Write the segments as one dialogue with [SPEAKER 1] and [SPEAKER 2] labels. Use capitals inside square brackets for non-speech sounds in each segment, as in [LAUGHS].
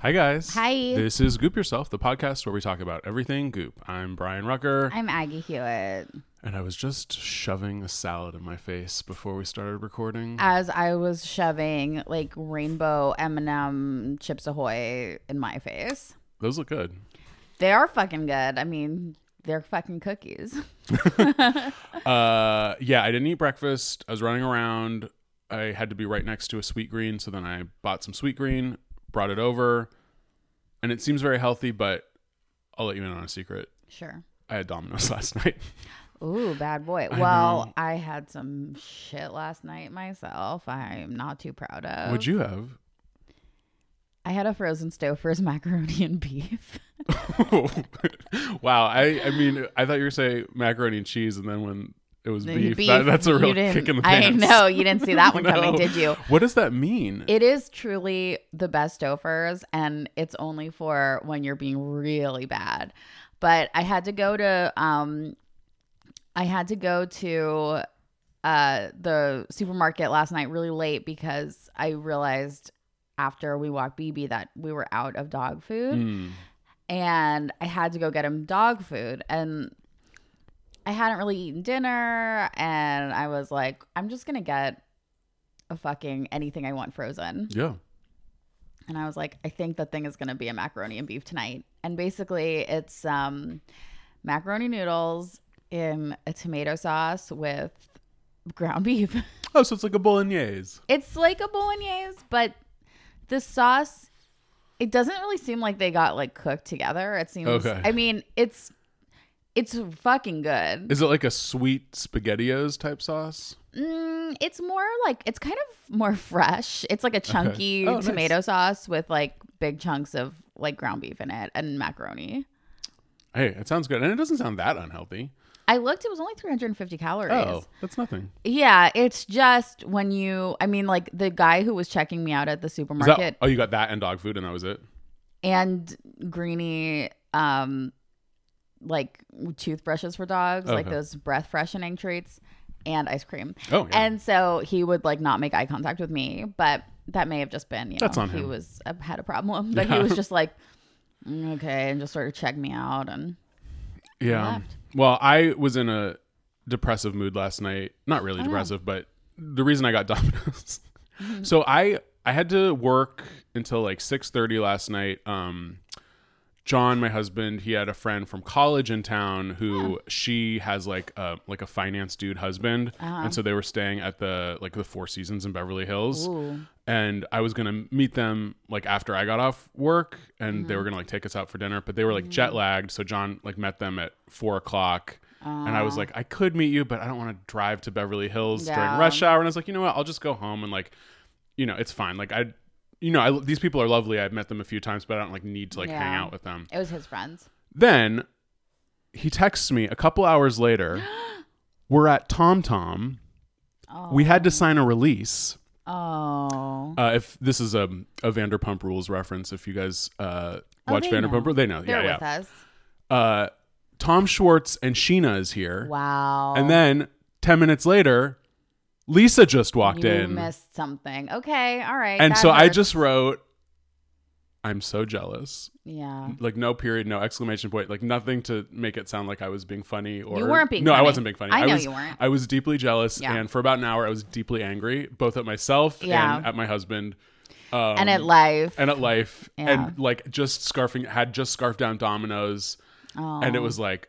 [SPEAKER 1] Hi guys.
[SPEAKER 2] Hi.
[SPEAKER 1] This is Goop Yourself, the podcast where we talk about everything goop. I'm Brian Rucker,
[SPEAKER 2] I'm Aggie Hewitt.
[SPEAKER 1] and I was just shoving a salad in my face before we started recording.
[SPEAKER 2] As I was shoving like rainbow M&M Chips Ahoy in my face,
[SPEAKER 1] Those look good.
[SPEAKER 2] they are fucking good. I mean, they're
[SPEAKER 1] [LAUGHS]
[SPEAKER 2] fucking cookies.
[SPEAKER 1] Uh, yeah, I didn't eat breakfast. I was running around. I had to be right next to a sweet green, so then I bought some sweet green, brought it over, and it seems very healthy. But I'll let you in on a secret.
[SPEAKER 2] Sure.
[SPEAKER 1] I had Domino's [LAUGHS] last night.
[SPEAKER 2] Ooh, bad boy.
[SPEAKER 1] I
[SPEAKER 2] well,
[SPEAKER 1] know.
[SPEAKER 2] I had some shit last night myself. I'm not too proud of.
[SPEAKER 1] Would you have?
[SPEAKER 2] I had a frozen Stouffer's [LAUGHS] macaroni and beef.
[SPEAKER 1] [LAUGHS] wow. I, I mean, I thought you were saying macaroni and cheese, and then when it was beef,
[SPEAKER 2] Beef,
[SPEAKER 1] that, that's a
[SPEAKER 2] you
[SPEAKER 1] real
[SPEAKER 2] didn't-
[SPEAKER 1] kick in the
[SPEAKER 2] I
[SPEAKER 1] pants.
[SPEAKER 2] know [LAUGHS] you didn't see
[SPEAKER 1] [LAUGHS]
[SPEAKER 2] that one coming,
[SPEAKER 1] No.
[SPEAKER 2] did you?
[SPEAKER 1] What does that mean?
[SPEAKER 2] It is truly the best Stouffer's, and it's only for when you're being really bad. But I had to go to, um, I had to go to uh, the supermarket last night really late because I realized after we walked BB that we were out of dog food,
[SPEAKER 1] Mm.
[SPEAKER 2] and I had to go get him dog food, and I hadn't really eaten dinner, and I was like, I'm just gonna get a fucking anything I want frozen.
[SPEAKER 1] Yeah.
[SPEAKER 2] And I was like, I think the thing is going to be a macaroni and beef tonight. And basically, it's um, macaroni noodles in a tomato sauce with ground [LAUGHS] beef.
[SPEAKER 1] Oh, so it's like a bolognese.
[SPEAKER 2] it's like a bolognese, but the sauce, it doesn't really seem like they got like cooked together. It seems,
[SPEAKER 1] Okay.
[SPEAKER 2] I mean, it's it's fucking good.
[SPEAKER 1] Is it like a sweet spaghettios type sauce?
[SPEAKER 2] Mm, it's more like it's kind of more fresh. It's like a chunky
[SPEAKER 1] Oh, nice.
[SPEAKER 2] tomato sauce with like big chunks of like ground beef in it and macaroni.
[SPEAKER 1] Hey, it sounds good. And it doesn't sound that unhealthy.
[SPEAKER 2] I looked; it was only 350 calories.
[SPEAKER 1] Oh, that's nothing.
[SPEAKER 2] Yeah, it's just when you. I mean, like the guy who was checking me out at the
[SPEAKER 1] Is
[SPEAKER 2] supermarket
[SPEAKER 1] that, oh, you got that and dog food, and that was it?
[SPEAKER 2] and Greeny, um, like toothbrushes for dogs, like
[SPEAKER 1] Okay.
[SPEAKER 2] those breath freshening treats, and ice cream.
[SPEAKER 1] Uh-huh. Oh, yeah.
[SPEAKER 2] And so he would like not make eye contact with me, but that may have just been you
[SPEAKER 1] That's
[SPEAKER 2] know
[SPEAKER 1] on
[SPEAKER 2] he
[SPEAKER 1] him.
[SPEAKER 2] was uh, had a problem, but he
[SPEAKER 1] Yeah. [LAUGHS]
[SPEAKER 2] was just like "Mm, okay, and just sort of checked me out and
[SPEAKER 1] Yeah.
[SPEAKER 2] left.
[SPEAKER 1] Well, I was in a depressive mood last night. Not really
[SPEAKER 2] Oh. Mm-hmm.
[SPEAKER 1] depressive, but the reason I got [LAUGHS] Domino's. so I I had to work until like 6:30 last night. Um John, my husband, he had a friend from college in town who she has like a like a finance dude husband,
[SPEAKER 2] Uh-huh.
[SPEAKER 1] and so they were staying at the like the Four Seasons in Beverly Hills
[SPEAKER 2] ooh.
[SPEAKER 1] and I was gonna meet them like after I got off work, and they
[SPEAKER 2] Mm-hmm.
[SPEAKER 1] were gonna like take us out for dinner, but they were like jet lagged, so John like met them at four o'clock, and I was like, I could meet you, but I don't want to drive to Beverly Hills during
[SPEAKER 2] Yeah.
[SPEAKER 1] rush hour, and I was like, you know what, I'll just go home and like, you know, it's fine, like I. You know, I, these people are lovely. I've met them a few times, but I don't like need to like hang
[SPEAKER 2] Yeah.
[SPEAKER 1] out with them.
[SPEAKER 2] It was his friends.
[SPEAKER 1] Then he texts me a couple hours later.
[SPEAKER 2] [GASPS]
[SPEAKER 1] we're at Tom Tom.
[SPEAKER 2] Oh.
[SPEAKER 1] We had to sign a release.
[SPEAKER 2] Oh.
[SPEAKER 1] Uh, if this is a, a Vanderpump Rules reference, if you guys uh,
[SPEAKER 2] Oh,
[SPEAKER 1] watch
[SPEAKER 2] they
[SPEAKER 1] Vanderpump
[SPEAKER 2] know.
[SPEAKER 1] Rules, they know.
[SPEAKER 2] They're
[SPEAKER 1] yeah,
[SPEAKER 2] with
[SPEAKER 1] yeah.
[SPEAKER 2] us.
[SPEAKER 1] Uh, Tom Schwartz and Sheena is here,
[SPEAKER 2] Wow.
[SPEAKER 1] and then ten minutes later, Lisa just walked
[SPEAKER 2] you
[SPEAKER 1] in,
[SPEAKER 2] missed something. Okay, all right.
[SPEAKER 1] and
[SPEAKER 2] that
[SPEAKER 1] so I
[SPEAKER 2] hurts.
[SPEAKER 1] just wrote, "I'm so jealous."
[SPEAKER 2] Yeah.
[SPEAKER 1] Like no period, no exclamation point, like nothing to make it sound like I was being funny or
[SPEAKER 2] You weren't being
[SPEAKER 1] No,
[SPEAKER 2] funny.
[SPEAKER 1] I wasn't being funny.
[SPEAKER 2] I know
[SPEAKER 1] was,
[SPEAKER 2] you weren't.
[SPEAKER 1] I was deeply jealous
[SPEAKER 2] Yeah.
[SPEAKER 1] and for about an hour I was deeply angry, both at myself
[SPEAKER 2] Yeah.
[SPEAKER 1] and at my husband. Um,
[SPEAKER 2] and at life.
[SPEAKER 1] and at life
[SPEAKER 2] Yeah.
[SPEAKER 1] and like just scarfing had just scarfed down dominoes and it was like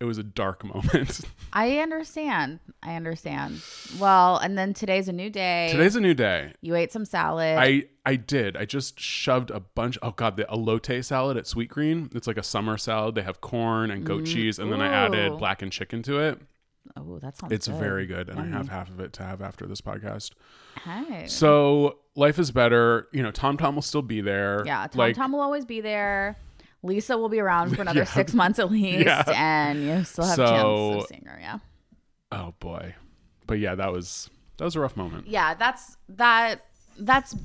[SPEAKER 1] it was a dark [LAUGHS] moment
[SPEAKER 2] I understand. I understand. Well, and then today's a new day.
[SPEAKER 1] today's a new day
[SPEAKER 2] you ate some salad.
[SPEAKER 1] i i did i just shoved a bunch oh god the elote salad at sweet green it's like a summer salad they have corn and goat cheese and then i
[SPEAKER 2] Mm, Ooh.
[SPEAKER 1] added blackened chicken to it
[SPEAKER 2] oh, that sounds
[SPEAKER 1] it's
[SPEAKER 2] good.
[SPEAKER 1] very good and i have half of it to have after this podcast
[SPEAKER 2] Hey.
[SPEAKER 1] so life is better you know tom tom will still be there
[SPEAKER 2] yeah, Tom
[SPEAKER 1] like
[SPEAKER 2] Tom will always be there. Lisa will be
[SPEAKER 1] [LAUGHS]
[SPEAKER 2] around for another
[SPEAKER 1] Yeah.
[SPEAKER 2] six months at least,
[SPEAKER 1] Yeah.
[SPEAKER 2] and you still have
[SPEAKER 1] So-
[SPEAKER 2] chance of seeing her. Yeah,
[SPEAKER 1] oh boy but yeah that was that was a rough moment
[SPEAKER 2] yeah. That's that. That's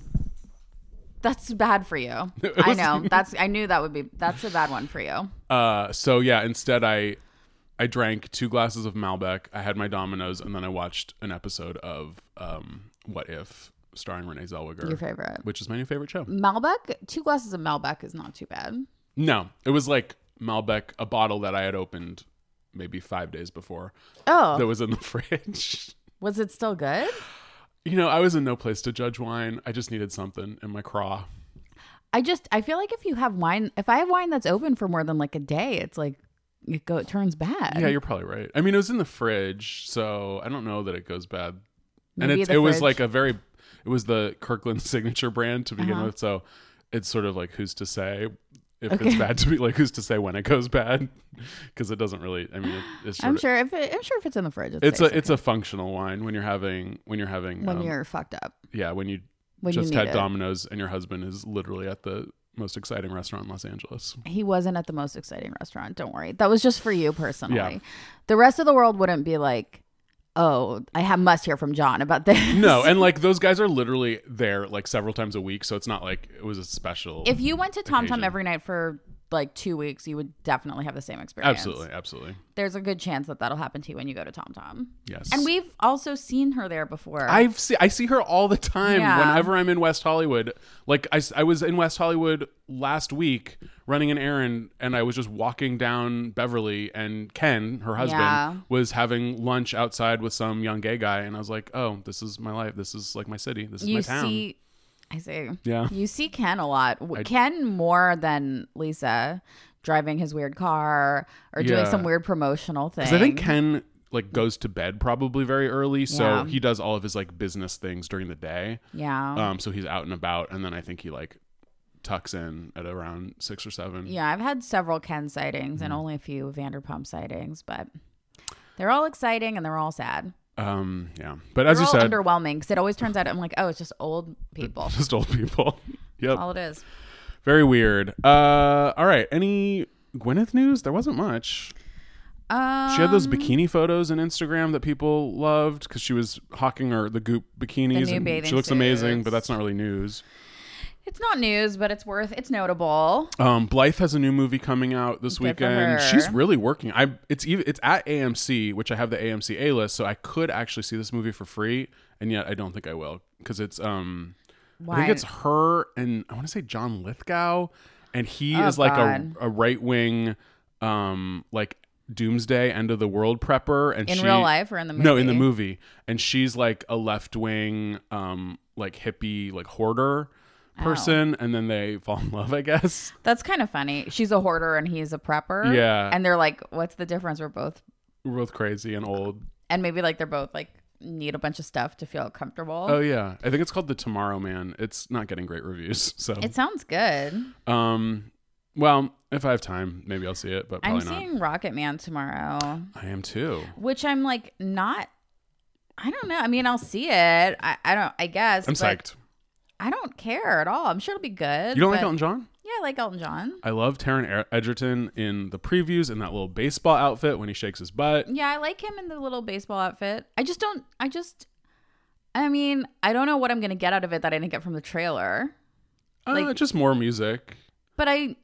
[SPEAKER 2] that's bad
[SPEAKER 1] [LAUGHS]
[SPEAKER 2] for you. I know. That's I knew that would be. That's a bad one for you.
[SPEAKER 1] Uh, so yeah, instead I I drank two glasses of Malbec. I had my Dominoes, and then I watched an episode of um, What If, starring Renee Zellweger,
[SPEAKER 2] Your favorite
[SPEAKER 1] which is my new favorite show.
[SPEAKER 2] Malbec. Two glasses of Malbec is not too bad.
[SPEAKER 1] No, it was like Malbec, a bottle that I had opened maybe five days before
[SPEAKER 2] Oh,
[SPEAKER 1] that was in the [LAUGHS] fridge.
[SPEAKER 2] was it still good?
[SPEAKER 1] You know, I was in no place to judge wine. I just needed something in my craw.
[SPEAKER 2] I just I feel like if you have wine, if I have wine that's open for more than like a day, it's like it go it turns bad.
[SPEAKER 1] Yeah, you're probably right. I mean, it was in the fridge, so I don't know that it goes bad.
[SPEAKER 2] Maybe
[SPEAKER 1] and it's,
[SPEAKER 2] the
[SPEAKER 1] it was
[SPEAKER 2] fridge- Uh-huh.
[SPEAKER 1] like a very, it was the Kirkland [LAUGHS] signature brand to begin with, so it's sort of like who's to say if
[SPEAKER 2] Okay.
[SPEAKER 1] it's bad to be like who's to say when it goes bad [LAUGHS] because it doesn't really. I mean, it, it's sort
[SPEAKER 2] I'm
[SPEAKER 1] of-
[SPEAKER 2] sure if it, I'm sure if it's in the fridge,
[SPEAKER 1] It's a
[SPEAKER 2] safe.
[SPEAKER 1] it's a functional wine when you're having when you're having
[SPEAKER 2] when
[SPEAKER 1] um,
[SPEAKER 2] you're fucked up
[SPEAKER 1] yeah when you
[SPEAKER 2] when
[SPEAKER 1] just
[SPEAKER 2] you need
[SPEAKER 1] had
[SPEAKER 2] it.
[SPEAKER 1] Domino's and your husband is literally at the most exciting restaurant in Los Angeles.
[SPEAKER 2] [LAUGHS] he wasn't at the most exciting restaurant. Don't worry, that was just for you personally.
[SPEAKER 1] Yeah.
[SPEAKER 2] The rest of the world wouldn't be like, oh, I have must hear from John about this.
[SPEAKER 1] No, and like those guys are literally there like several times a week, so it's not like it was a special.
[SPEAKER 2] [LAUGHS] if you went to Tom Tom
[SPEAKER 1] Occasion.
[SPEAKER 2] every night for like two weeks, you would definitely have the same experience.
[SPEAKER 1] absolutely, absolutely,
[SPEAKER 2] there's a good chance that that'll happen to you when you go to Tom Tom.
[SPEAKER 1] yes.
[SPEAKER 2] And we've also seen her there before.
[SPEAKER 1] I've see, I see her all the time
[SPEAKER 2] Yeah.
[SPEAKER 1] whenever I'm in West Hollywood. Like I, s- I was in West Hollywood last week running an errand, and I was just walking down Beverly, and Ken, her husband,
[SPEAKER 2] Yeah.
[SPEAKER 1] was having lunch outside with some young gay guy, and I was like, oh, this is my life. This is like my city. This is
[SPEAKER 2] you
[SPEAKER 1] my town.
[SPEAKER 2] see i see
[SPEAKER 1] Yeah.
[SPEAKER 2] you see ken a lot W-
[SPEAKER 1] I-
[SPEAKER 2] ken more than lisa driving his weird car or doing
[SPEAKER 1] Yeah.
[SPEAKER 2] some weird promotional thing
[SPEAKER 1] Because I think Ken like goes to bed probably very early, so
[SPEAKER 2] Yeah. Oh.
[SPEAKER 1] he does all of his like business things during the day.
[SPEAKER 2] yeah
[SPEAKER 1] Um, so he's out and about, and then I think he like tucks in at around six or seven.
[SPEAKER 2] yeah i've had several ken sightings
[SPEAKER 1] Mm.
[SPEAKER 2] and only a few vanderpump sightings but they're all exciting and they're all sad
[SPEAKER 1] Um, yeah. But as
[SPEAKER 2] they're
[SPEAKER 1] you
[SPEAKER 2] all
[SPEAKER 1] [LAUGHS] said,
[SPEAKER 2] underwhelming because it always turns out i'm like oh it's just old
[SPEAKER 1] [LAUGHS]
[SPEAKER 2] people
[SPEAKER 1] just old people. [LAUGHS] yep.
[SPEAKER 2] all it is
[SPEAKER 1] Very weird. Uh, all right. Any Gwyneth news? There wasn't much.
[SPEAKER 2] um,
[SPEAKER 1] She had those bikini photos on Instagram that people loved because she was hawking her the goop bikinis.
[SPEAKER 2] new
[SPEAKER 1] and
[SPEAKER 2] bathing
[SPEAKER 1] she looks amazing,
[SPEAKER 2] suits.
[SPEAKER 1] but that's not really news.
[SPEAKER 2] it's not news but it's worth it's notable
[SPEAKER 1] Um, Blythe has a new movie coming out this
[SPEAKER 2] Good for her.
[SPEAKER 1] weekend. She's really working. I it's even it's at AMC, which I have the AMC A list, so I could actually see this movie for free, and yet I don't think I will because it's um I
[SPEAKER 2] Why-
[SPEAKER 1] think it's her and I want to say John Lithgow, and he
[SPEAKER 2] Oh,
[SPEAKER 1] is like
[SPEAKER 2] God.
[SPEAKER 1] a, a right wing, um, like doomsday end of the world prepper, and
[SPEAKER 2] In
[SPEAKER 1] she-
[SPEAKER 2] real life or in the
[SPEAKER 1] No, in the
[SPEAKER 2] movie?
[SPEAKER 1] movie, and she's like a left wing, um, like hippie, like hoarder
[SPEAKER 2] Oh.
[SPEAKER 1] person, and then they fall in love, I guess.
[SPEAKER 2] That's kind of funny. She's a hoarder and he's a prepper.
[SPEAKER 1] Yeah.
[SPEAKER 2] And they're like, what's the difference? We're both,
[SPEAKER 1] We're both crazy and old.
[SPEAKER 2] and maybe like they're both like need a bunch of stuff to feel comfortable.
[SPEAKER 1] Oh yeah, I think it's called The Tomorrow Man. It's not getting great reviews, [LAUGHS] so
[SPEAKER 2] It sounds good.
[SPEAKER 1] um, well, if I have time, maybe I'll see it, but
[SPEAKER 2] I'm
[SPEAKER 1] probably not.
[SPEAKER 2] seeing Rocket Man tomorrow,
[SPEAKER 1] I am too.
[SPEAKER 2] which I'm like, not, I don't know. I mean, I'll see it. I, I don't, I guess.
[SPEAKER 1] I'm
[SPEAKER 2] but
[SPEAKER 1] psyched.
[SPEAKER 2] I don't care at all. I'm sure it'll be good.
[SPEAKER 1] You don't like
[SPEAKER 2] but-
[SPEAKER 1] Elton John?
[SPEAKER 2] Yeah, I like Elton John.
[SPEAKER 1] I love Taron Er- Egerton in the previews in that little baseball outfit when he shakes his butt.
[SPEAKER 2] Yeah, I like him in the little baseball outfit. I just don't, I just, I mean, I don't know what I'm going to get out of it that I didn't get from the trailer.
[SPEAKER 1] Uh,
[SPEAKER 2] Like-
[SPEAKER 1] just more music,
[SPEAKER 2] [LAUGHS] But I,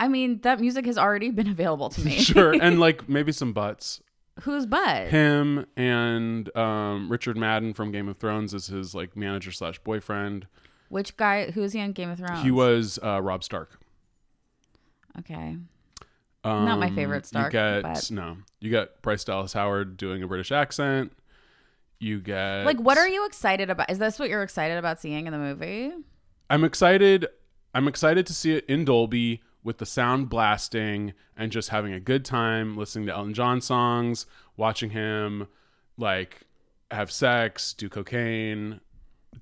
[SPEAKER 2] I mean, that music has already been available
[SPEAKER 1] [LAUGHS]
[SPEAKER 2] to me.
[SPEAKER 1] sure, and like maybe some butts.
[SPEAKER 2] Who's Bud?
[SPEAKER 1] Him and um, Richard Madden from Game of Thrones is his like manager slash boyfriend.
[SPEAKER 2] Which guy? Who is he on Game of Thrones?
[SPEAKER 1] He was uh, Rob Stark.
[SPEAKER 2] Okay.
[SPEAKER 1] Um,
[SPEAKER 2] Not my favorite Stark,
[SPEAKER 1] You get
[SPEAKER 2] but-
[SPEAKER 1] no. You got Bryce Dallas Howard doing a British accent. You get
[SPEAKER 2] Like, what are you excited about? Is this what you're excited about seeing in the movie?
[SPEAKER 1] I'm excited. I'm excited to see it in Dolby with the sound blasting and just having a good time listening to Elton John songs, watching him like have sex, do cocaine,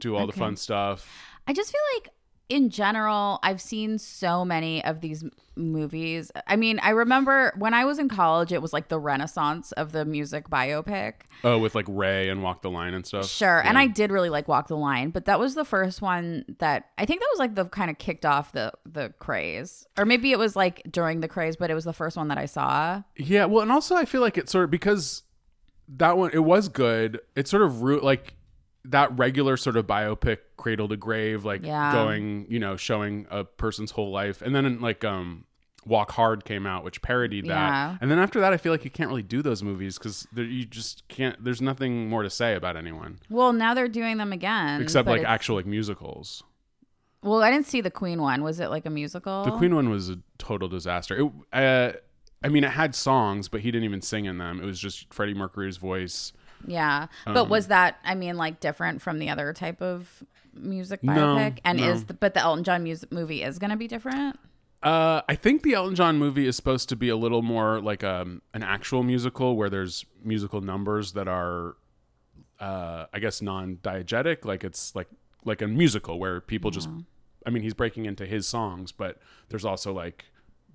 [SPEAKER 1] do all the
[SPEAKER 2] Okay.
[SPEAKER 1] fun stuff.
[SPEAKER 2] I just feel like in general, I've seen so many of these m- movies. I mean, I remember when I was in college, it was like the renaissance of the music biopic.
[SPEAKER 1] Oh, with like Ray and Walk the Line and stuff.
[SPEAKER 2] Sure. And
[SPEAKER 1] Oh, Yeah.
[SPEAKER 2] I did really like Walk the Line, but that was the first one that I think that was like the kind of kicked off the the craze. Or maybe it was like during the craze, but it was the first one that I saw.
[SPEAKER 1] Yeah, well, and also I feel like it sort of because that one it was good. It sort of root like that regular sort of biopic cradle to grave, like
[SPEAKER 2] Yeah.
[SPEAKER 1] going, you know, showing a person's whole life, and then like um. Walk Hard came out, which parodied that,
[SPEAKER 2] Yeah.
[SPEAKER 1] and then after that, I feel like you can't really do those movies because you just can't. There's nothing more to say about anyone
[SPEAKER 2] Well, now they're doing them again.
[SPEAKER 1] except
[SPEAKER 2] but
[SPEAKER 1] like
[SPEAKER 2] it's-
[SPEAKER 1] actual like musicals.
[SPEAKER 2] Well, I didn't see the Queen one. Was it like a musical?
[SPEAKER 1] The Queen one was a total disaster. It, uh, I mean, it had songs, but he didn't even sing in them. It was just Freddie Mercury's voice.
[SPEAKER 2] Yeah.
[SPEAKER 1] Um,
[SPEAKER 2] But was that I mean like different from the other type of music
[SPEAKER 1] No,
[SPEAKER 2] biopic? and
[SPEAKER 1] no.
[SPEAKER 2] is the, but the Elton John music movie is going to be different?
[SPEAKER 1] Uh, I think the Elton John movie is supposed to be a little more like um, an actual musical where there's musical numbers that are, uh, I guess, non-diegetic. Like it's like like a musical where people just,
[SPEAKER 2] Mm-hmm.
[SPEAKER 1] I mean, he's breaking into his songs, but there's also like,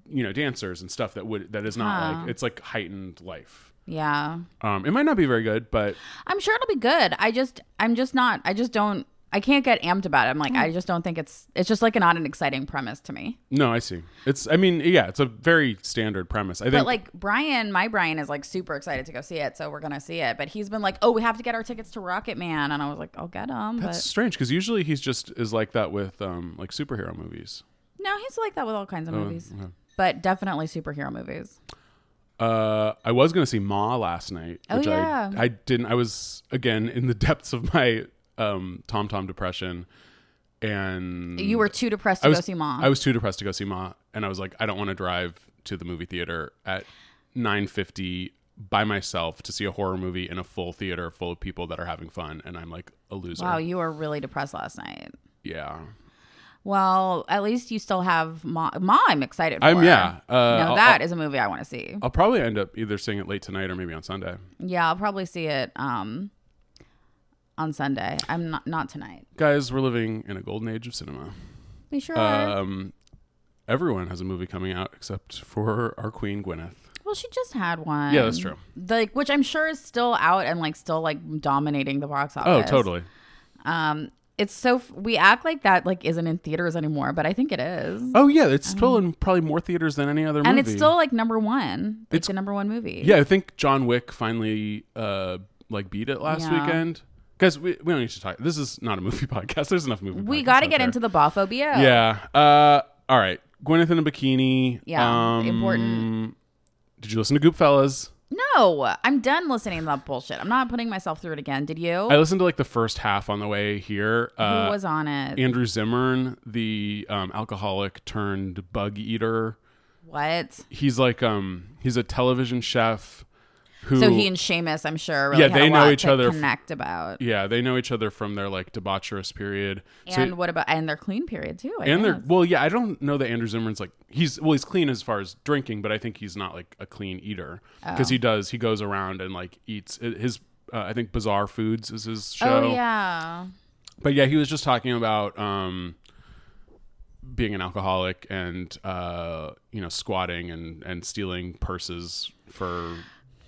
[SPEAKER 1] you know, dancers and stuff that would that is not like it's like heightened life.
[SPEAKER 2] Yeah.
[SPEAKER 1] Um, it might not be very good, but
[SPEAKER 2] I'm sure it'll be good. I just I'm just not I just don't I can't get amped about it. I'm like I just don't think it's it's just like not an exciting premise to me.
[SPEAKER 1] no, I see. It's, I mean, yeah, it's a very standard premise. I think
[SPEAKER 2] But like Brian, my Brian is like super excited to go see it, so we're gonna see it. But he's been like, "Oh, we have to get our tickets to Rocket Man," and I was like, "I'll get them."
[SPEAKER 1] that's
[SPEAKER 2] But
[SPEAKER 1] strange because usually he's just is like that with um, like superhero movies.
[SPEAKER 2] no, he's like that with all kinds of
[SPEAKER 1] Oh,
[SPEAKER 2] movies,
[SPEAKER 1] okay.
[SPEAKER 2] but definitely superhero movies.
[SPEAKER 1] Uh, I was gonna see Ma last night,
[SPEAKER 2] Oh,
[SPEAKER 1] which
[SPEAKER 2] yeah.
[SPEAKER 1] I I didn't. I was again in the [LAUGHS] depths of my um Tom Tom depression, and
[SPEAKER 2] You were too depressed
[SPEAKER 1] Mm. I
[SPEAKER 2] to
[SPEAKER 1] was
[SPEAKER 2] go see Ma.
[SPEAKER 1] I was too depressed to go see Ma, and I was like, I don't want to drive to the movie theater at nine fifty by myself to see a horror movie in a full theater full of people that are having fun, and I'm like a loser.
[SPEAKER 2] wow, you were really depressed last night.
[SPEAKER 1] yeah,
[SPEAKER 2] Well, at least you still have Ma. Ma, I'm excited. For.
[SPEAKER 1] I'm yeah. Uh,
[SPEAKER 2] no,
[SPEAKER 1] I'll-
[SPEAKER 2] that
[SPEAKER 1] I'll-
[SPEAKER 2] is a movie I want to see.
[SPEAKER 1] I'll probably end up either seeing it late tonight or maybe on Sunday.
[SPEAKER 2] Yeah, I'll probably see it um on Sunday. I'm not not tonight.
[SPEAKER 1] Guys, we're living in a golden age of cinema.
[SPEAKER 2] We sure are.
[SPEAKER 1] Um, everyone has a movie coming out except for our queen Gwyneth.
[SPEAKER 2] Well, she just had one.
[SPEAKER 1] Yeah, that's true.
[SPEAKER 2] Like, which I'm sure is still out and like still like dominating the box
[SPEAKER 1] Oh,
[SPEAKER 2] office.
[SPEAKER 1] totally.
[SPEAKER 2] Um, it's so f- we act like that like isn't in theaters anymore, but I think it is,
[SPEAKER 1] Oh yeah, it's still in probably more theaters than any other movie.
[SPEAKER 2] Uh-huh. and it's still like number one. Like,
[SPEAKER 1] It's-
[SPEAKER 2] it's the number one movie.
[SPEAKER 1] yeah. I think John Wick finally uh like beat it last
[SPEAKER 2] Yeah.
[SPEAKER 1] weekend. Guys, we, we don't need to talk. This is not a movie [LAUGHS] podcast. There's enough movie.
[SPEAKER 2] we
[SPEAKER 1] podcasts
[SPEAKER 2] got to
[SPEAKER 1] out
[SPEAKER 2] get
[SPEAKER 1] there.
[SPEAKER 2] into the bophobia.
[SPEAKER 1] Yeah. Uh. All right. Gwyneth in a bikini. um,
[SPEAKER 2] Yeah, important.
[SPEAKER 1] Did you listen to Goop Fellas?
[SPEAKER 2] No, I'm done listening to that bullshit. I'm not putting myself through it again. Did you?
[SPEAKER 1] I listened to like the first half on the way here. Uh,
[SPEAKER 2] Oh. Who was on it?
[SPEAKER 1] Andrew Zimmern, the um, alcoholic turned bug eater.
[SPEAKER 2] what?
[SPEAKER 1] He's like um he's a television chef who
[SPEAKER 2] So he and Seamus, I'm sure, really
[SPEAKER 1] Yeah,
[SPEAKER 2] had
[SPEAKER 1] they
[SPEAKER 2] a
[SPEAKER 1] know
[SPEAKER 2] lot
[SPEAKER 1] each
[SPEAKER 2] to
[SPEAKER 1] other f-
[SPEAKER 2] connect about.
[SPEAKER 1] yeah, they know each other from their like debaucherous period. So-
[SPEAKER 2] And what about and their clean period too? I
[SPEAKER 1] and they're
[SPEAKER 2] guess.
[SPEAKER 1] well, yeah. I don't know that Andrew Zimmern's like he's well, he's clean as far as drinking, but I think he's not like a clean eater
[SPEAKER 2] Oh.
[SPEAKER 1] because he does he goes around and like eats his uh, I think Bizarre Foods is his show.
[SPEAKER 2] oh yeah,
[SPEAKER 1] But yeah, he was just talking about um, being an alcoholic and uh, you know squatting and and stealing purses for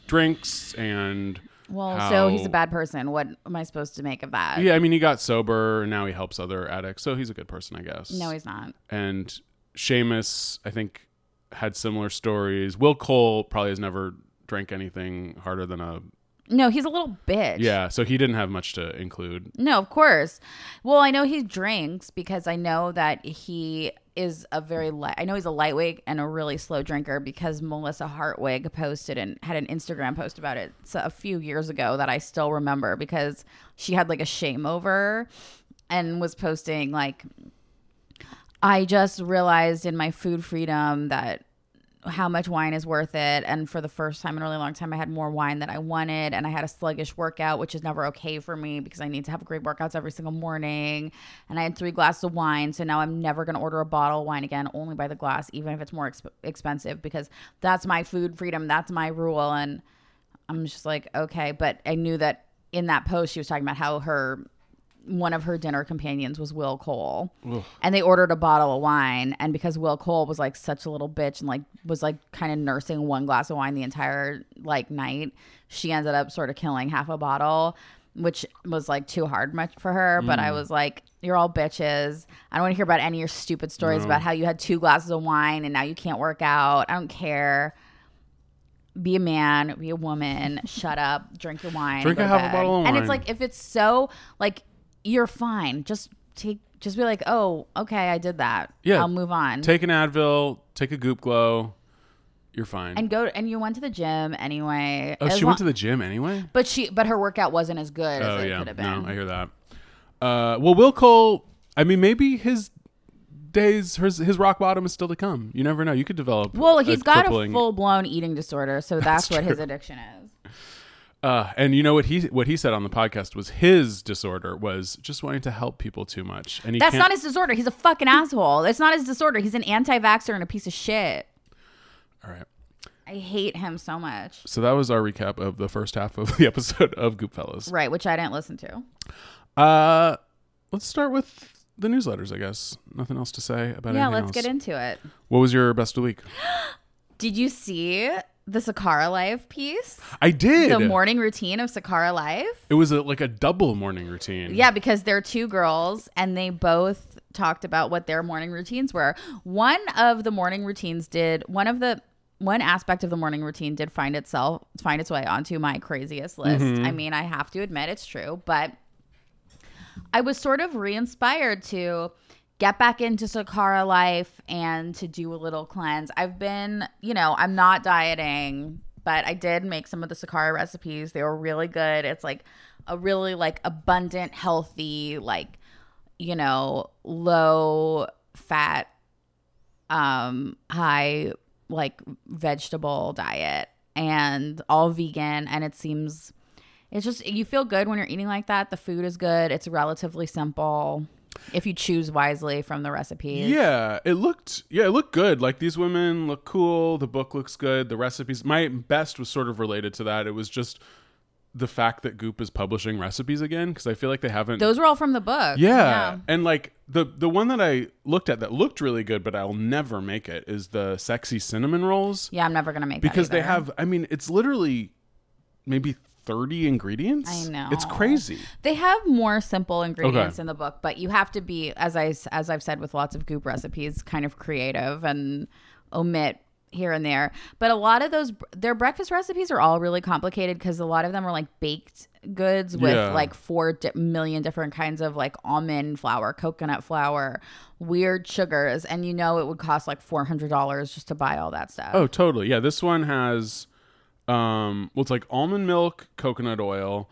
[SPEAKER 1] drinks and
[SPEAKER 2] well,
[SPEAKER 1] how-
[SPEAKER 2] so he's a bad person. What am I supposed to make of that?
[SPEAKER 1] Yeah, I mean, he got sober and now he helps other addicts, so he's a good person, I guess.
[SPEAKER 2] No, he's not.
[SPEAKER 1] and Seamus, I think, had similar stories. Will Cole probably has never drank anything harder than a
[SPEAKER 2] No, he's a little bitch.
[SPEAKER 1] yeah, so he didn't have much to include.
[SPEAKER 2] No, of course. Well, I know he drinks because I know that he is a very light. I know he's a lightweight and a really slow drinker because Melissa Hartwig posted and had an Instagram post about it so a few years ago that I still remember because she had like a shame over and was posting like I just realized in my food freedom that how much wine is worth it. And for the first time in a really long time, I had more wine than I wanted. And I had a sluggish workout, which is never okay for me because I need to have great workouts every single morning. And I had three glasses of wine. So now I'm never going to order a bottle of wine again, only by the glass, even if it's more exp- expensive, because that's my food freedom. That's my rule. And I'm just like, okay. But I knew that in that post, she was talking about how her one of her dinner companions was Will Cole. And they ordered a bottle of wine. And because Will Cole was like such a little bitch and like was like kind of nursing one glass of wine the entire like night, she ended up sort of killing half a bottle, which was like too hard much for her. But
[SPEAKER 1] Mm.
[SPEAKER 2] I was like, you're all bitches. I don't want to hear about any of your stupid stories about how you had two glasses of wine and now you can't work out. I don't care. Be a man, be a woman, shut up, drink your wine.
[SPEAKER 1] Drink
[SPEAKER 2] go
[SPEAKER 1] a
[SPEAKER 2] to
[SPEAKER 1] half a
[SPEAKER 2] bed.
[SPEAKER 1] bottle of
[SPEAKER 2] And
[SPEAKER 1] wine.
[SPEAKER 2] it's like if it's so like you're fine. Just take just be like, "Oh, okay, I did that.
[SPEAKER 1] Yeah.
[SPEAKER 2] I'll move on."
[SPEAKER 1] Take an Advil, take a Goop Glow. You're fine.
[SPEAKER 2] and go and you went to the gym anyway.
[SPEAKER 1] oh,
[SPEAKER 2] As
[SPEAKER 1] she
[SPEAKER 2] lo-
[SPEAKER 1] went to the gym anyway?
[SPEAKER 2] But she but her workout wasn't as good
[SPEAKER 1] Oh,
[SPEAKER 2] as it
[SPEAKER 1] yeah.
[SPEAKER 2] could have been.
[SPEAKER 1] No, I hear that. Uh, well, Will Cole, I mean, maybe his days, his, his rock bottom is still to come. You never know. You could develop.
[SPEAKER 2] well, he's
[SPEAKER 1] a
[SPEAKER 2] got a
[SPEAKER 1] crippling-
[SPEAKER 2] full-blown eating disorder, so that's, what his addiction is.
[SPEAKER 1] Uh, and you know what he what he said on the podcast was his disorder was just wanting to help people too much, and he
[SPEAKER 2] That's
[SPEAKER 1] can't,
[SPEAKER 2] not his disorder. He's a fucking asshole. It's not his disorder. He's an anti-vaxxer and a piece of shit.
[SPEAKER 1] All right,
[SPEAKER 2] I hate him so much.
[SPEAKER 1] so that was our recap of the first half of the [LAUGHS] episode of Goopfellas.
[SPEAKER 2] Right, which I didn't listen to.
[SPEAKER 1] Uh, let's start with the newsletters, I guess. Nothing else to say about
[SPEAKER 2] yeah,
[SPEAKER 1] anything
[SPEAKER 2] let's
[SPEAKER 1] else.
[SPEAKER 2] get into it.
[SPEAKER 1] What was your best of the week?
[SPEAKER 2] Did you see the Sakara Life piece?
[SPEAKER 1] I did.
[SPEAKER 2] The morning routine of Sakara Life?
[SPEAKER 1] It was a, like a double morning routine.
[SPEAKER 2] Yeah, because they're two girls and they both talked about what their morning routines were. One of the morning routines did one of the one aspect of the morning routine did find itself find its way onto my craziest list. I mean, I have to admit it's true, but I was sort of re-inspired to get back into Sakara life and to do a little cleanse. I've been, you know, I'm not dieting, but I did make some of the Sakara recipes. They were really good. It's like a really like abundant, healthy, like, you know, low fat um high like vegetable diet and all vegan and it seems it's just you feel good when you're eating like that. The food is good. It's relatively simple if you choose wisely from the recipes.
[SPEAKER 1] Yeah, it looked yeah, it looked good. Like these women look cool, the book looks good, the recipes. My best was sort of related to that. It was just the fact that Goop is publishing recipes again cuz I feel like they haven't
[SPEAKER 2] Those were all from the book.
[SPEAKER 1] yeah. And like the the one that I looked at that looked really good but I'll never make it is the sexy cinnamon rolls
[SPEAKER 2] Yeah, I'm never going to make that
[SPEAKER 1] because they
[SPEAKER 2] either.
[SPEAKER 1] have I mean, it's literally maybe 30 ingredients.
[SPEAKER 2] I know.
[SPEAKER 1] It's crazy.
[SPEAKER 2] They have more simple ingredients
[SPEAKER 1] Okay.
[SPEAKER 2] in the book, but you have to be, as I as I've said with lots of goop recipes, kind of creative and omit here and there. But a lot of those their breakfast recipes are all really complicated because a lot of them are like baked goods with
[SPEAKER 1] Yeah.
[SPEAKER 2] like four di- million different kinds of like almond flour, coconut flour, weird sugars, and you know it would cost like four hundred dollars just to buy all that stuff.
[SPEAKER 1] Oh, totally. Yeah, this one has um well it's like almond milk, coconut oil,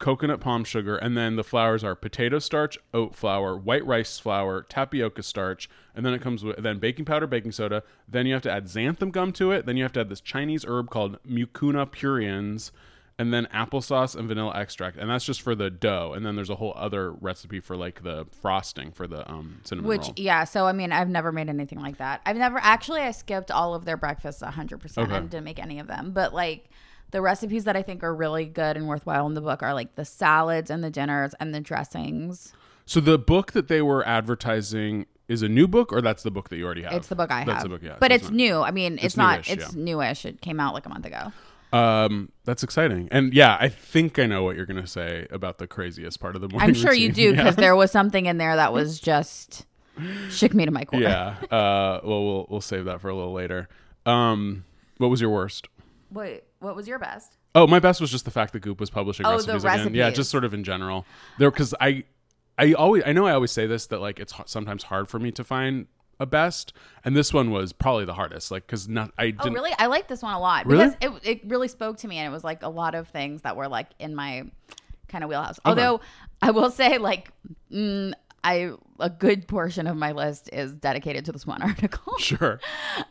[SPEAKER 1] coconut palm sugar, and then the flours are potato starch, oat flour, white rice flour, tapioca starch, and then it comes with then baking powder, baking soda, then you have to add xanthan gum to it, then you have to add this Chinese herb called mucuna purians. And then applesauce and vanilla extract, and that's just for the dough. And then there's a whole other recipe for like the frosting for the um, cinnamon
[SPEAKER 2] Which
[SPEAKER 1] roll.
[SPEAKER 2] yeah, so I mean, I've never made anything like that. I've never actually I skipped all of their breakfasts 100%. I
[SPEAKER 1] Okay.
[SPEAKER 2] didn't make any of them, but like the recipes that I think are really good and worthwhile in the book are like the salads and the dinners and the dressings.
[SPEAKER 1] So the book that they were advertising is a new book, or that's the book that you already have.
[SPEAKER 2] It's the book I have.
[SPEAKER 1] That's the book, yeah.
[SPEAKER 2] But
[SPEAKER 1] So
[SPEAKER 2] it's
[SPEAKER 1] not-
[SPEAKER 2] new. I mean, it's, not
[SPEAKER 1] newish,
[SPEAKER 2] it's
[SPEAKER 1] yeah.
[SPEAKER 2] newish. It came out like a
[SPEAKER 1] [LAUGHS]
[SPEAKER 2] month ago.
[SPEAKER 1] Um, that's exciting, and yeah, I think I know what you're gonna say about the craziest part of the morning.
[SPEAKER 2] I'm sure you
[SPEAKER 1] routine.
[SPEAKER 2] do cuz there was something in there that was just shook me to my
[SPEAKER 1] [LAUGHS]
[SPEAKER 2] core.
[SPEAKER 1] Yeah. yeah. Uh, well, we'll we'll save that for a little later. Um, what was your worst?
[SPEAKER 2] Wait, what was your best?
[SPEAKER 1] Oh, my best was just the fact that Goop was publishing
[SPEAKER 2] Oh, the
[SPEAKER 1] recipes, again. Yeah,
[SPEAKER 2] recipes.
[SPEAKER 1] just sort of in general. There, because I, I always, I know I always say this that like it's h- sometimes hard for me to find a best, and this one was probably the hardest. Like, because not I
[SPEAKER 2] Oh,
[SPEAKER 1] didn't.
[SPEAKER 2] really? I like this one a lot
[SPEAKER 1] Really?
[SPEAKER 2] because it, it really spoke to me, and it was like a lot of things that were like in my kind of wheelhouse. Although I will say, like, mm, I a good portion of my list is dedicated to this one [LAUGHS] article.
[SPEAKER 1] [LAUGHS] Sure.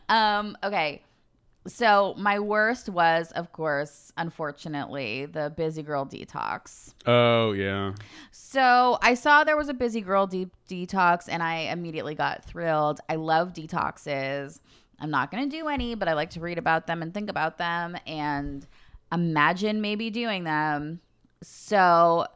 [SPEAKER 2] Um, okay. So my worst was, of course, unfortunately, the busy girl detox.
[SPEAKER 1] Oh yeah.
[SPEAKER 2] So I saw there was a busy girl deep detox, and I immediately got thrilled. I love detoxes. I'm not going to do any, but I like to read about them and think about them and imagine maybe doing them. So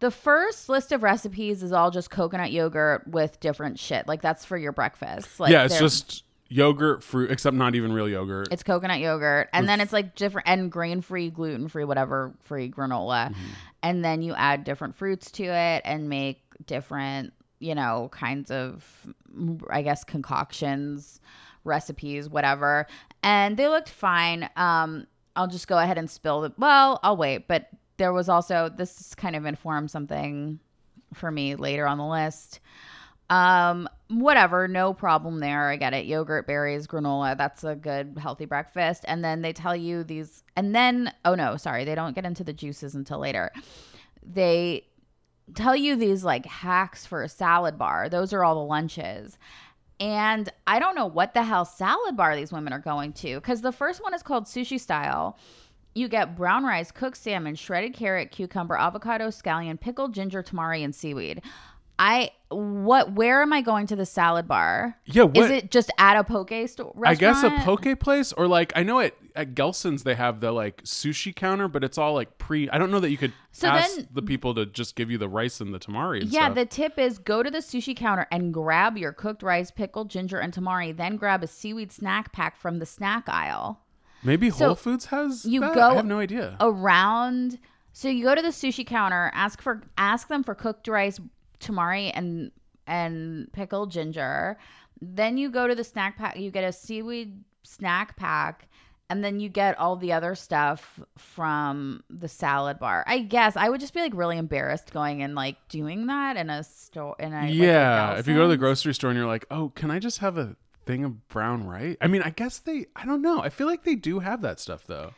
[SPEAKER 2] the first list of recipes is all just coconut yogurt with different shit. Like that's for your breakfast. Like
[SPEAKER 1] yeah, it's
[SPEAKER 2] they're-
[SPEAKER 1] just yogurt, fruit, except not even real yogurt.
[SPEAKER 2] it's coconut yogurt, and then it's like different and grain free, gluten free, whatever free granola, and then you add different fruits to it and make different, you know, kinds of, mm, I guess, concoctions, recipes, whatever. And they looked fine. Um, I'll just go ahead and spill the. Well, I'll wait, but there was also this kind of informed something for me later on the list. Um, whatever, no problem there. I get it. Yogurt, berries, granola, that's a good healthy breakfast. And then they tell you these and then oh no, sorry, they don't get into the juices until later. They tell you these like hacks for a salad bar. Those are all the lunches. And I don't know what the hell salad bar these women are going to cuz the first one is called sushi style. You get brown rice, cooked salmon, shredded carrot, cucumber, avocado, scallion, pickled ginger, tamari, and seaweed. I what? Where am I going to the salad bar?
[SPEAKER 1] Yeah, what-
[SPEAKER 2] is it? Just at a poke store?
[SPEAKER 1] I guess a poke place, or like I know at at Gelson's they have the like sushi counter, but it's all like pre. I don't know that you could
[SPEAKER 2] So
[SPEAKER 1] ask
[SPEAKER 2] then-
[SPEAKER 1] the people to just give you the rice and the tamari. And
[SPEAKER 2] Yeah,
[SPEAKER 1] stuff.
[SPEAKER 2] the tip is go to the sushi counter and grab your cooked rice, pickled ginger, and tamari. Then grab a seaweed snack pack from the snack aisle.
[SPEAKER 1] maybe
[SPEAKER 2] so
[SPEAKER 1] Whole Foods has.
[SPEAKER 2] you
[SPEAKER 1] that?
[SPEAKER 2] go
[SPEAKER 1] I have no idea.
[SPEAKER 2] around so you go to the sushi counter ask for ask them for cooked rice tamari and and pickled ginger then you go to the snack pack you get a seaweed snack pack and then you get all the other stuff from the salad bar i guess i would just be like really embarrassed going and like doing that in a store in a like, a
[SPEAKER 1] yeah, if you go to the
[SPEAKER 2] Gelson's.
[SPEAKER 1] grocery store and you're like, oh, can I just have a thing of brown rice? I mean, I guess they. I don't know. I feel like they do have that stuff though.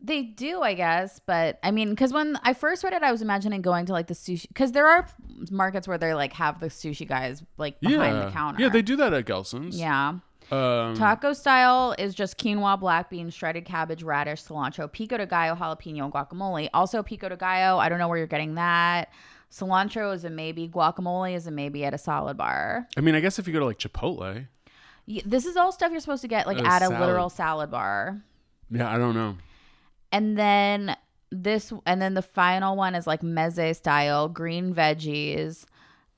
[SPEAKER 2] They do, I guess, but I mean, because when I first read it, I was imagining going to like the sushi because there are markets where they like have the sushi guys like behind
[SPEAKER 1] yeah,
[SPEAKER 2] the counter.
[SPEAKER 1] yeah, they do that at Gelson's.
[SPEAKER 2] Yeah,
[SPEAKER 1] um,
[SPEAKER 2] taco style is just quinoa, black beans, shredded cabbage, radish, cilantro, pico de gallo, jalapeno, and guacamole. Also, pico de gallo. I don't know where you're getting that. Cilantro is a maybe. Guacamole is a maybe at a salad bar.
[SPEAKER 1] I mean, I guess if you go to like Chipotle,
[SPEAKER 2] Y- This is all stuff you're supposed to get like
[SPEAKER 1] A
[SPEAKER 2] at a
[SPEAKER 1] salad.
[SPEAKER 2] literal salad bar.
[SPEAKER 1] yeah, I don't know.
[SPEAKER 2] And then this, and then the final one is like meze style green veggies,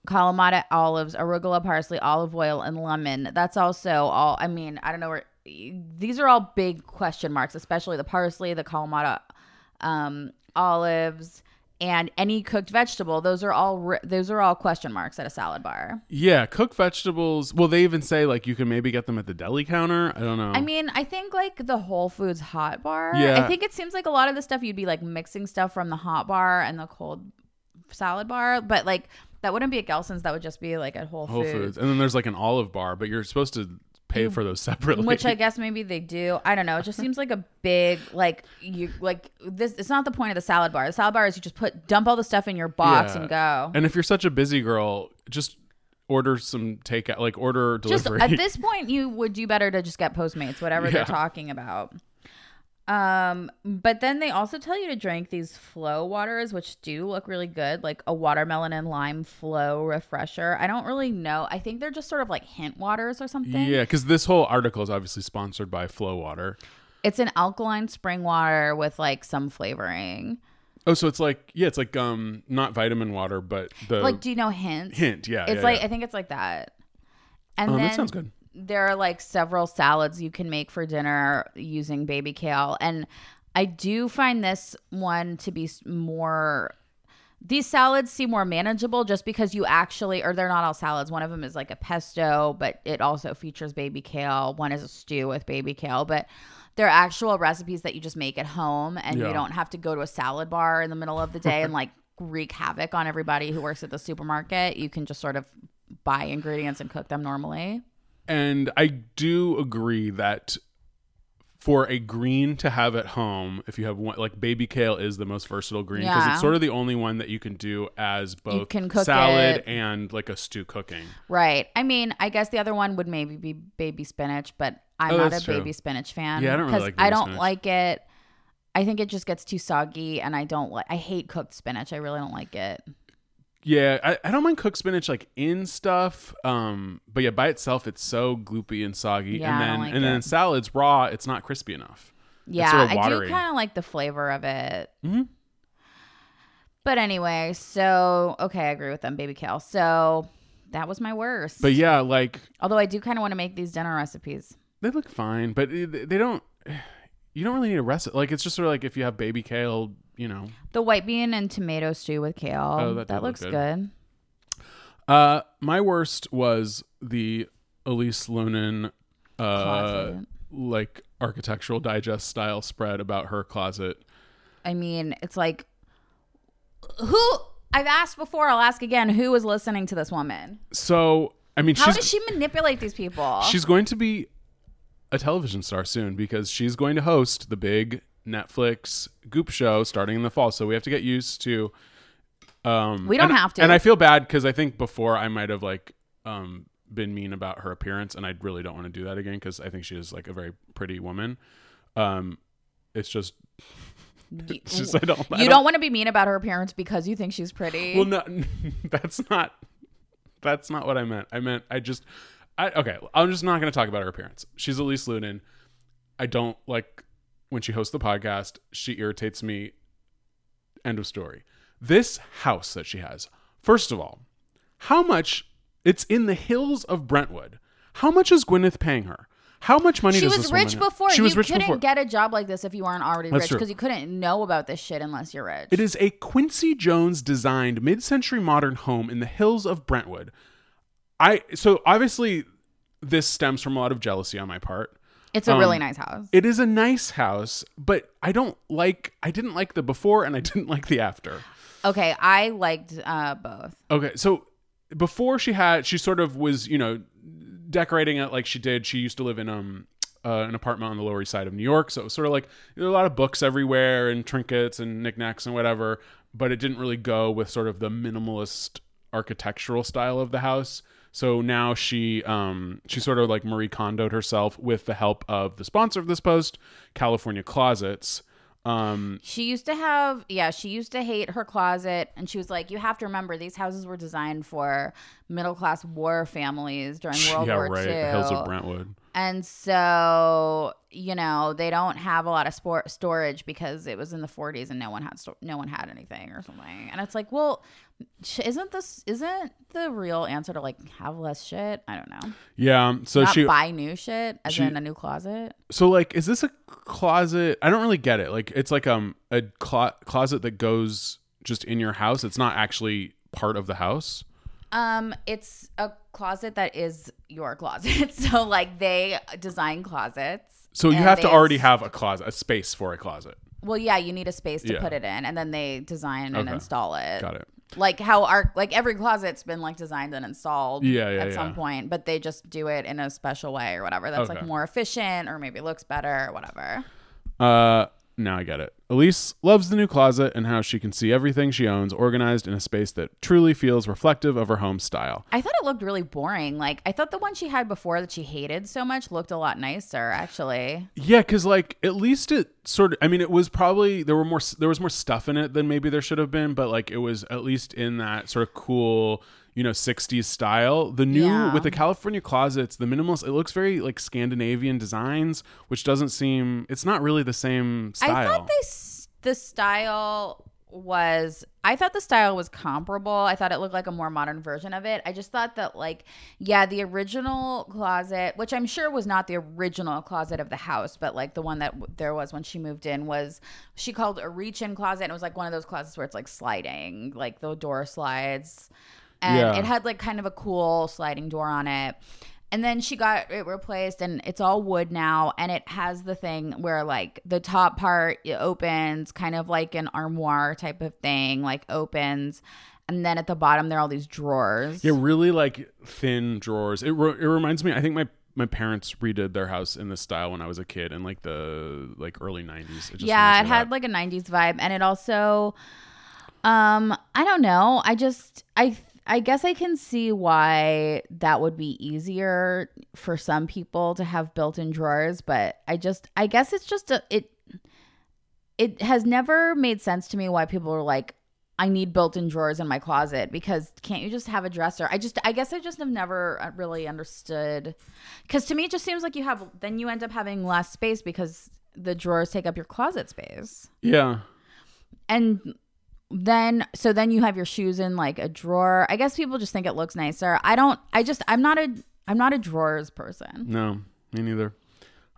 [SPEAKER 2] Kalamata olives, arugula parsley, olive oil, and lemon. That's also all. I mean, I don't know where these are all big question marks, especially the parsley, the Kalamata um, olives, and any cooked vegetable. Those are all ri- those are all question marks at a salad bar.
[SPEAKER 1] Yeah, cooked vegetables. Well, they even say like you can maybe get them at the deli counter. I don't know.
[SPEAKER 2] I mean, I think like the Whole Foods hot bar.
[SPEAKER 1] Oh. Yeah.
[SPEAKER 2] I think it seems like a lot of the stuff you'd be like mixing stuff from the hot bar and the cold salad bar, but like that wouldn't be at Gelson's. That would just be like at Whole,
[SPEAKER 1] Whole Foods.
[SPEAKER 2] Foods.
[SPEAKER 1] and then there's like an olive bar, but you're supposed to pay for those separately.
[SPEAKER 2] Mm, Which
[SPEAKER 1] [LAUGHS]
[SPEAKER 2] I guess maybe they do. I don't know. It just seems like a big like you like this. It's not the point of the salad bar. The salad bar is you just put dump all the stuff in your box
[SPEAKER 1] Yeah.
[SPEAKER 2] and go.
[SPEAKER 1] And if you're such a busy girl, just order some takeout, like order
[SPEAKER 2] just
[SPEAKER 1] delivery. [LAUGHS]
[SPEAKER 2] at this point you would do better to just get postmates whatever they're
[SPEAKER 1] Yeah.
[SPEAKER 2] talking about um but then they also tell you to drink these flow waters which do look really good like a watermelon and lime flow refresher i don't really know i think they're just sort of like hint waters or something
[SPEAKER 1] yeah, because this whole article is obviously sponsored by Flow Water.
[SPEAKER 2] it's an alkaline spring water with like some flavoring
[SPEAKER 1] Oh, so it's like yeah, it's like um not vitamin water, but the
[SPEAKER 2] like do you know hints
[SPEAKER 1] hint. Yeah,
[SPEAKER 2] it's
[SPEAKER 1] yeah,
[SPEAKER 2] like
[SPEAKER 1] yeah.
[SPEAKER 2] i think it's like that and
[SPEAKER 1] Um,
[SPEAKER 2] then
[SPEAKER 1] that sounds good.
[SPEAKER 2] there are like several salads you can make for dinner using baby kale and i do find this one to be s- more these salads seem more manageable just because you actually or they're not all salads one of them is like a pesto but it also features baby kale one is a stew with baby kale but they're actual recipes that you just make at home and
[SPEAKER 1] Yeah.
[SPEAKER 2] you don't have to go to a salad bar in the middle of the day and like [LAUGHS] wreak havoc on everybody who works at the supermarket you can just sort of buy ingredients and cook them normally
[SPEAKER 1] And I do agree that for a green to have at home, if you have one, like baby kale is the most versatile green because
[SPEAKER 2] Yeah.
[SPEAKER 1] it's sort of the only one that you can do as both
[SPEAKER 2] can cook
[SPEAKER 1] salad
[SPEAKER 2] it.
[SPEAKER 1] and like a stew cooking.
[SPEAKER 2] Right. I mean, I guess the other one would maybe be baby spinach, but I'm
[SPEAKER 1] Oh,
[SPEAKER 2] not a
[SPEAKER 1] that's true.
[SPEAKER 2] baby spinach fan.
[SPEAKER 1] Yeah, I don't really
[SPEAKER 2] 'cause
[SPEAKER 1] like
[SPEAKER 2] I
[SPEAKER 1] baby
[SPEAKER 2] don't
[SPEAKER 1] spinach.
[SPEAKER 2] like it. I think it just gets too soggy, and I don't like. I hate cooked spinach. I really don't like it.
[SPEAKER 1] Yeah, I, I don't mind cooked spinach like in stuff, um, but yeah, by itself it's so gloopy and soggy, and
[SPEAKER 2] Yeah, I
[SPEAKER 1] then
[SPEAKER 2] don't like
[SPEAKER 1] and
[SPEAKER 2] it.
[SPEAKER 1] then in salads raw, it's not crispy enough.
[SPEAKER 2] Yeah,
[SPEAKER 1] sort of
[SPEAKER 2] I do
[SPEAKER 1] watery.
[SPEAKER 2] kind of like the flavor of it.
[SPEAKER 1] Mhm.
[SPEAKER 2] But anyway, so okay, I agree with them, baby kale. So that was my worst.
[SPEAKER 1] But yeah, like
[SPEAKER 2] although I do kind of want to make these dinner recipes.
[SPEAKER 1] they look fine, but it- they don't. [SIGHS] You don't really need a recipe. Like it's just sort of like if you have baby kale, you know.
[SPEAKER 2] The white bean and tomato stew with kale.
[SPEAKER 1] Oh,
[SPEAKER 2] that
[SPEAKER 1] that did look
[SPEAKER 2] looks
[SPEAKER 1] good.
[SPEAKER 2] good.
[SPEAKER 1] Uh, my worst was the Elise Lunin, uh,
[SPEAKER 2] Closet.
[SPEAKER 1] like architectural digest style spread about her closet.
[SPEAKER 2] I mean, it's like who I've asked before, I'll ask again, who is listening to this woman?
[SPEAKER 1] So I mean,
[SPEAKER 2] How
[SPEAKER 1] she's
[SPEAKER 2] does she manipulate these people?
[SPEAKER 1] She's going to be a television star soon because she's going to host the big Netflix Goop show starting in the fall. So we have to get used to. Um,
[SPEAKER 2] We don't
[SPEAKER 1] and-
[SPEAKER 2] have to.
[SPEAKER 1] and I feel bad because I think before I might have like um, been mean about her appearance, and I really don't want to do that again because I think she is like a very pretty woman. Um, it's just,
[SPEAKER 2] you
[SPEAKER 1] it's just I don't. I
[SPEAKER 2] you don't, want to be mean about her appearance because you think she's pretty.
[SPEAKER 1] well, no, [LAUGHS] that's not. That's not what I meant. I meant I just. I okay. I'm just not going to talk about her appearance. She's Elise Lunin. I don't like when she hosts the podcast. She irritates me. End of story. This house that she has. First of all, how much? It's in the hills of Brentwood. How much is Gwyneth paying her? How much money
[SPEAKER 2] she
[SPEAKER 1] does
[SPEAKER 2] was
[SPEAKER 1] this
[SPEAKER 2] rich
[SPEAKER 1] woman have?
[SPEAKER 2] before.
[SPEAKER 1] She was
[SPEAKER 2] you
[SPEAKER 1] rich
[SPEAKER 2] couldn't
[SPEAKER 1] before.
[SPEAKER 2] get a job like this if you weren't already
[SPEAKER 1] That's
[SPEAKER 2] rich
[SPEAKER 1] true.
[SPEAKER 2] because you couldn't know about this shit unless you're rich.
[SPEAKER 1] It is a Quincy Jones designed mid century modern home in the hills of Brentwood. I so obviously this stems from a lot of jealousy on my part.
[SPEAKER 2] It's a
[SPEAKER 1] um,
[SPEAKER 2] really nice house.
[SPEAKER 1] It is a nice house, but I don't like I didn't like the before and I didn't like the after.
[SPEAKER 2] okay, I liked uh, both.
[SPEAKER 1] Okay, so before she had she sort of was, you know, decorating it like she did. She used to live in um uh, an apartment on the Lower East Side of New York, so it was sort of like there were a lot of books everywhere and trinkets and knickknacks and whatever, but it didn't really go with sort of the minimalist architectural style of the house. So now she um she sort of like Marie Kondoed herself with the help of the sponsor of this post, California Closets. Um
[SPEAKER 2] She used to have, yeah, she used to hate her closet. And she was like, you have to remember these houses were designed for middle class war families during
[SPEAKER 1] [LAUGHS]
[SPEAKER 2] World
[SPEAKER 1] yeah,
[SPEAKER 2] War
[SPEAKER 1] right,
[SPEAKER 2] II.
[SPEAKER 1] the Hills of Brentwood.
[SPEAKER 2] And so, you know, they don't have a lot of sport storage because it was in the 40s and no one had sto- no one had anything or something. And it's like, well, sh- isn't this isn't the real answer to like have less shit? I don't know.
[SPEAKER 1] Yeah, so
[SPEAKER 2] Not
[SPEAKER 1] she
[SPEAKER 2] buy new shit as
[SPEAKER 1] she-
[SPEAKER 2] in a new closet.
[SPEAKER 1] so like is this a closet i don't really get it like it's like um a clo- closet that goes just in your house it's not actually part of the house
[SPEAKER 2] Um, it's a closet that is your closet. [LAUGHS] So like they design closets.
[SPEAKER 1] so you
[SPEAKER 2] and
[SPEAKER 1] have to
[SPEAKER 2] they-
[SPEAKER 1] already have a closet a space for a closet
[SPEAKER 2] Well, yeah, you need a space to
[SPEAKER 1] Yeah.
[SPEAKER 2] put it in, and then they design and
[SPEAKER 1] Okay.
[SPEAKER 2] install it.
[SPEAKER 1] got it
[SPEAKER 2] Like how our like every closet's been like designed and installed.
[SPEAKER 1] Yeah, yeah,
[SPEAKER 2] At some
[SPEAKER 1] yeah.
[SPEAKER 2] point, but they just do it in a special way or whatever. That's like
[SPEAKER 1] Okay.
[SPEAKER 2] more efficient, or maybe looks better, or whatever.
[SPEAKER 1] uh now i get it elise loves the new closet and how she can see everything she owns organized in a space that truly feels reflective of her home style
[SPEAKER 2] I thought it looked really boring. Like I thought the one she had before that she hated so much looked a lot nicer, actually.
[SPEAKER 1] Yeah, because like at least it sort of. I mean, it was probably there were more there was more stuff in it than maybe there should have been, but like it was at least in that sort of cool, you know, '60s style. The new
[SPEAKER 2] Yeah.
[SPEAKER 1] with the California closets, the minimalist. It looks very like Scandinavian designs, which doesn't seem. It's not really the same style.
[SPEAKER 2] I thought they s- the style was I thought the style was comparable. I thought it looked like a more modern version of it. I just thought that like yeah, the original closet, which I'm sure was not the original closet of the house, but like the one that w- there was when she moved in was she called a reach-in closet and it was like one of those closets where it's like sliding, like the door slides. And
[SPEAKER 1] Yeah.
[SPEAKER 2] it had like kind of a cool sliding door on it. And then she got it replaced, and it's all wood now. And it has the thing where, like, the top part it opens, kind of like an armoire type of thing, like opens. And then at the bottom, there are all these drawers.
[SPEAKER 1] Yeah, really like thin drawers. It re- it reminds me. I think my my parents redid their house in this style when I was a kid in like the like early 90s. It just
[SPEAKER 2] yeah, it
[SPEAKER 1] reminds me of
[SPEAKER 2] had
[SPEAKER 1] that.
[SPEAKER 2] like a 90s vibe and it also um I don't know. I just I I guess I can see why that would be easier for some people to have built-in drawers, but I just I guess it's just a it it has never made sense to me why people are like I need built-in drawers in my closet because can't you just have a dresser? I just I guess I just have never uh, really understood cuz to me it just seems like you have then you end up having less space because the drawers take up your closet space.
[SPEAKER 1] Yeah.
[SPEAKER 2] And then so then you have your shoes in like a drawer. I guess people just think it looks nicer. I don't I just I'm not a I'm not a drawers person.
[SPEAKER 1] No, me neither.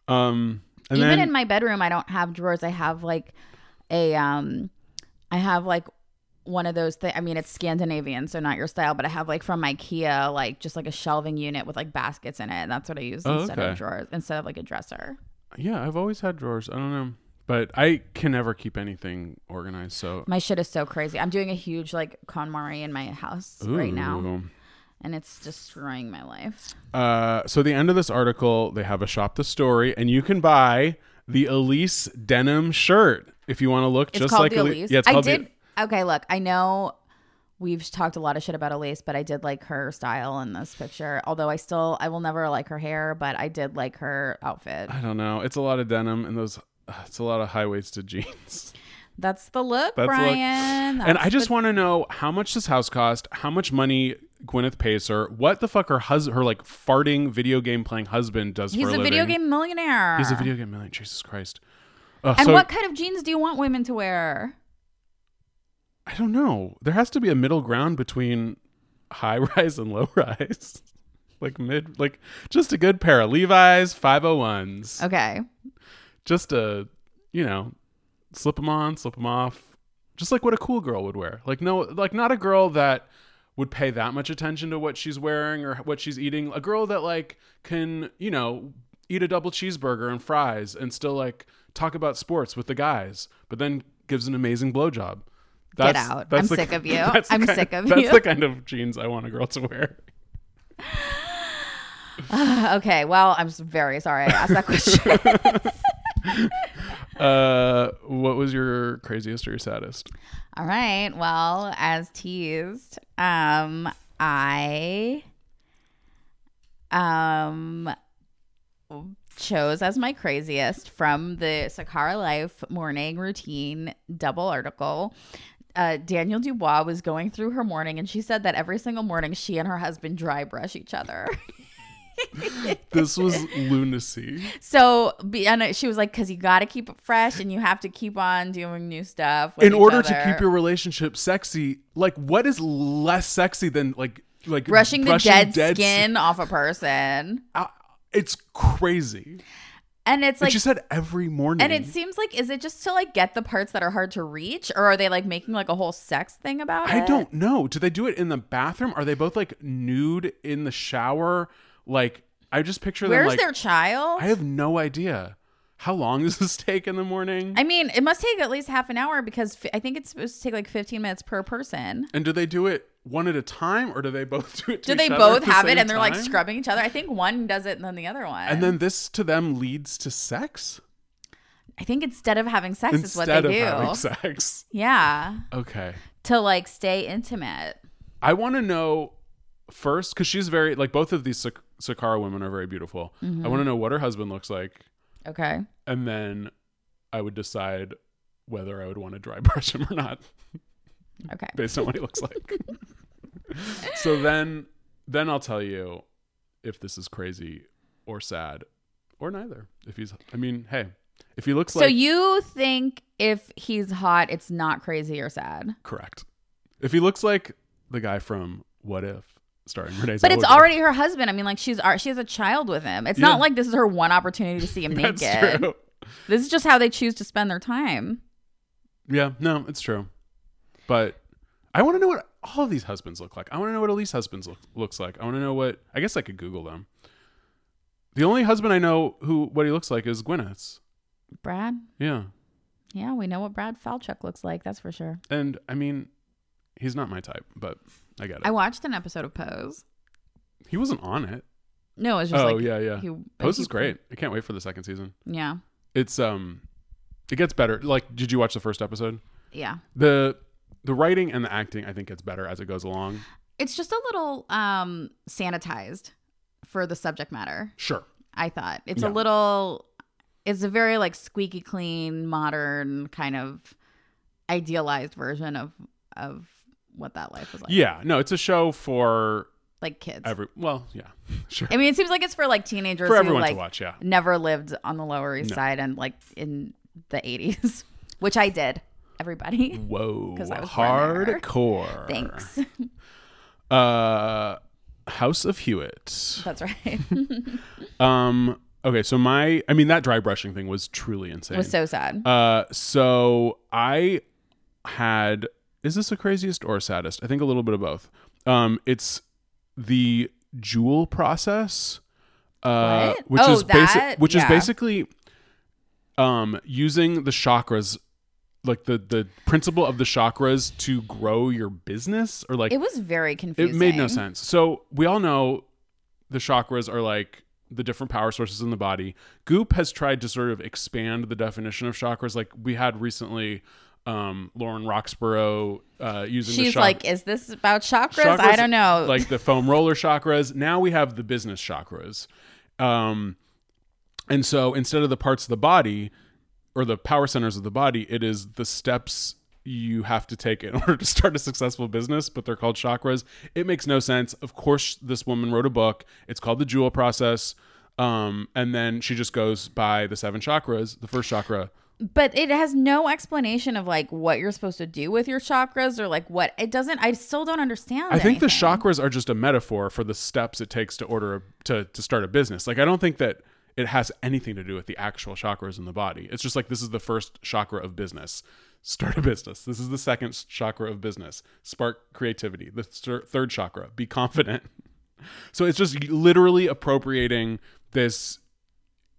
[SPEAKER 1] Um, and
[SPEAKER 2] Even
[SPEAKER 1] then
[SPEAKER 2] in my bedroom I don't have drawers. I have like a um I have like one of those things. I mean, it's Scandinavian, so not your style, but I have like from IKEA, like just like a shelving unit with like baskets in it. And that's what I use
[SPEAKER 1] Oh,
[SPEAKER 2] instead
[SPEAKER 1] okay.
[SPEAKER 2] of drawers, instead of like a dresser.
[SPEAKER 1] yeah, I've always had drawers. I don't know, but I can never keep anything organized. So
[SPEAKER 2] My shit is so crazy. I'm doing a huge like KonMari in my house right now,
[SPEAKER 1] Ooh.
[SPEAKER 2] and it's destroying my life.
[SPEAKER 1] Uh, so the end of this article, they have a shop the story, and you can buy the Elise denim shirt if you want to look
[SPEAKER 2] It's
[SPEAKER 1] just
[SPEAKER 2] called
[SPEAKER 1] like
[SPEAKER 2] the
[SPEAKER 1] Elise.
[SPEAKER 2] Elise.
[SPEAKER 1] Yeah, it's
[SPEAKER 2] I
[SPEAKER 1] called
[SPEAKER 2] did. Okay, look, I know we've talked a lot of shit about Elise, but I did like her style in this picture. Although I still, I will never like her hair, but I did like her outfit.
[SPEAKER 1] The, I don't know. It's a lot of denim and those. uh, It's a lot of high waisted [LAUGHS] jeans.
[SPEAKER 2] That's the look,
[SPEAKER 1] That's like, and
[SPEAKER 2] Brian. That's
[SPEAKER 1] I just
[SPEAKER 2] the-
[SPEAKER 1] want to know how much this house cost, how much money Gwyneth pays her, what the fuck her hus- her like farting video game playing husband does
[SPEAKER 2] He's
[SPEAKER 1] for
[SPEAKER 2] a
[SPEAKER 1] a, living.
[SPEAKER 2] video game millionaire.
[SPEAKER 1] He's a video game million. Jesus Christ. Uh,
[SPEAKER 2] And
[SPEAKER 1] so
[SPEAKER 2] what kind of jeans do you want women to wear?
[SPEAKER 1] I don't know. There has to be a middle ground between high [LAUGHS] rise and low rise. Like mid, like just a good pair of Levi's, 501s.
[SPEAKER 2] Okay. [LAUGHS]
[SPEAKER 1] Just a, you know, slip them on, slip them off. Just like what a cool girl would wear. Like no, like not a girl that would pay that much attention to what she's wearing or what she's eating. A girl that like can, you know, eat a double cheeseburger and fries and still like talk about sports with the guys, but then gives an amazing blowjob.
[SPEAKER 2] Get out. I'm sick
[SPEAKER 1] [LAUGHS]
[SPEAKER 2] of you.
[SPEAKER 1] that's the
[SPEAKER 2] I'm
[SPEAKER 1] kind-
[SPEAKER 2] sick of you.
[SPEAKER 1] That's the kind of jeans I want a girl to wear.
[SPEAKER 2] Okay. Well, I'm s- very sorry I asked
[SPEAKER 1] [LAUGHS]
[SPEAKER 2] that question.
[SPEAKER 1] Uh, what was your craziest or your saddest?
[SPEAKER 2] All right. Well, as teased, um, I um chose as my craziest from the Sakara Life morning routine double article. Uh, Daniel Dubois was going through her morning, and she said that every single morning she and her husband dry brush each other. [LAUGHS]
[SPEAKER 1] This was lunacy.
[SPEAKER 2] so, be- and uh, she was like, "Cause you got to keep it fresh, and you have to keep on doing new stuff." with
[SPEAKER 1] in
[SPEAKER 2] each
[SPEAKER 1] order to
[SPEAKER 2] other."
[SPEAKER 1] keep your relationship sexy like what is less sexy than like like
[SPEAKER 2] brushing the dead,
[SPEAKER 1] s-
[SPEAKER 2] skin off a person.
[SPEAKER 1] out? Ah, it's crazy
[SPEAKER 2] And it's
[SPEAKER 1] like,
[SPEAKER 2] like,
[SPEAKER 1] and she said every morning
[SPEAKER 2] and it seems like, is it just to like get the parts that are hard to reach, or are they like making like a whole sex thing about it?
[SPEAKER 1] i don't know do they do it in the bathroom are they both like nude in the shower like i just picture
[SPEAKER 2] Where's
[SPEAKER 1] them like
[SPEAKER 2] their child?
[SPEAKER 1] i have no idea how long [LAUGHS] does this take in the morning
[SPEAKER 2] I mean, it must take at least half an hour because f- I think it's supposed to take like 15 minutes per person.
[SPEAKER 1] and do they do it one at a time or do they both [LAUGHS] do it to
[SPEAKER 2] Do they
[SPEAKER 1] each other at
[SPEAKER 2] both
[SPEAKER 1] the
[SPEAKER 2] have it
[SPEAKER 1] same
[SPEAKER 2] and they're like
[SPEAKER 1] time?
[SPEAKER 2] scrubbing each other? I think one does it and then the other one.
[SPEAKER 1] and then this to them leads to sex
[SPEAKER 2] I think instead of having sex, it's what
[SPEAKER 1] instead
[SPEAKER 2] they
[SPEAKER 1] of having
[SPEAKER 2] do.
[SPEAKER 1] sex
[SPEAKER 2] Yeah.
[SPEAKER 1] okay
[SPEAKER 2] To like stay intimate.
[SPEAKER 1] I want to know first because she's very like both of these Sak- Sakara women are very beautiful. I want to know what her husband looks like,
[SPEAKER 2] Okay.
[SPEAKER 1] and then I would decide whether I would want to dry [LAUGHS] brush him or not
[SPEAKER 2] Okay.
[SPEAKER 1] based on what he looks
[SPEAKER 2] [LAUGHS]
[SPEAKER 1] like. so then, then I'll tell you if this is crazy or sad or neither. If he's, I mean, hey, if he looks
[SPEAKER 2] So
[SPEAKER 1] like
[SPEAKER 2] you think if he's hot, it's not crazy or sad?
[SPEAKER 1] correct, if he looks like the guy from What If, starring Renee,
[SPEAKER 2] But it's
[SPEAKER 1] Zellweger.
[SPEAKER 2] already her husband. I mean, like she's al- she has a child with him. It's
[SPEAKER 1] Yeah.
[SPEAKER 2] not like this is her one opportunity to see
[SPEAKER 1] [LAUGHS]
[SPEAKER 2] him
[SPEAKER 1] [LAUGHS] That's
[SPEAKER 2] naked.
[SPEAKER 1] true.
[SPEAKER 2] This is just how they choose to spend their time.
[SPEAKER 1] Yeah, no, it's true. But I want to know what all of these husbands look like. I want to know what Elise husbands look, looks like. I want to know what I guess I could Google them. The only husband I know who what he looks like is Gwyneth's.
[SPEAKER 2] Brad,
[SPEAKER 1] Yeah,
[SPEAKER 2] yeah, we know what Brad Falchuk looks like. That's for sure.
[SPEAKER 1] and I mean, he's not my type, but I get it.
[SPEAKER 2] I watched an episode of Pose.
[SPEAKER 1] he wasn't on it.
[SPEAKER 2] No, it's just
[SPEAKER 1] Oh
[SPEAKER 2] like
[SPEAKER 1] yeah, yeah.
[SPEAKER 2] he-
[SPEAKER 1] Pose
[SPEAKER 2] he-
[SPEAKER 1] is great. I can't wait for the second season.
[SPEAKER 2] Yeah,
[SPEAKER 1] It's um, it gets better. Like, did you watch the first episode?
[SPEAKER 2] yeah.
[SPEAKER 1] the The writing and the acting, I think, gets better as it goes along.
[SPEAKER 2] It's just a little um sanitized for the subject matter.
[SPEAKER 1] Sure.
[SPEAKER 2] I thought it's
[SPEAKER 1] Yeah.
[SPEAKER 2] a little. It's a very like squeaky clean, modern kind of idealized version of of what that life was like.
[SPEAKER 1] Yeah. No, it's a show for
[SPEAKER 2] like kids.
[SPEAKER 1] every. Well, yeah, [LAUGHS] sure.
[SPEAKER 2] I mean, it seems like it's for like teenagers
[SPEAKER 1] For
[SPEAKER 2] who,
[SPEAKER 1] everyone
[SPEAKER 2] like,
[SPEAKER 1] to watch. Yeah.
[SPEAKER 2] Never lived on the Lower East
[SPEAKER 1] No.
[SPEAKER 2] Side and like in the eighties, [LAUGHS] which I did. Everybody,
[SPEAKER 1] Whoa.
[SPEAKER 2] 'Cause I was born there.
[SPEAKER 1] Hardcore.
[SPEAKER 2] thanks. [LAUGHS]
[SPEAKER 1] Uh, House of Hewitt.
[SPEAKER 2] That's right.
[SPEAKER 1] Um. Okay. So my, I mean, that dry brushing thing was truly
[SPEAKER 2] it
[SPEAKER 1] insane.
[SPEAKER 2] was so sad.
[SPEAKER 1] Uh, so I had is this the craziest or saddest? I think a little bit of both. Um, it's the jewel process, uh,
[SPEAKER 2] What?
[SPEAKER 1] which
[SPEAKER 2] Oh,
[SPEAKER 1] is basic,
[SPEAKER 2] that?
[SPEAKER 1] which is
[SPEAKER 2] Yeah.
[SPEAKER 1] basically, um, using the chakras, like the the principle of the chakras to grow your business, or like
[SPEAKER 2] it was very confusing.
[SPEAKER 1] it made no sense. So we all know the chakras are like the different power sources in the body. Goop has tried to sort of expand the definition of chakras. Like we had recently, um, Lauren Roxborough uh, using the
[SPEAKER 2] She's
[SPEAKER 1] chak-
[SPEAKER 2] like, "Is this about chakras?
[SPEAKER 1] chakras,
[SPEAKER 2] I don't know."
[SPEAKER 1] like the foam roller chakras. Now we have the business chakras, um, and so instead of the parts of the body or the power centers of the body, it is the steps you have to take in [LAUGHS] order to start a successful business, but they're called chakras. It makes no sense. Of course, this woman wrote a book. It's called The Jewel Process. Um, and then she just goes by the seven chakras. The first chakra,
[SPEAKER 2] but it has no explanation of like what you're supposed to do with your chakras or like what it doesn't. I still don't understand.
[SPEAKER 1] I think the
[SPEAKER 2] anything.
[SPEAKER 1] chakras are just a metaphor for the steps it takes to order a, to to start a business. Like I don't think that it has anything to do with the actual chakras in the body. It's just like this is the first chakra of business. Start a business. This is the second s- chakra of business. Spark creativity. The thir- third chakra. Be confident. [LAUGHS] So it's just literally appropriating this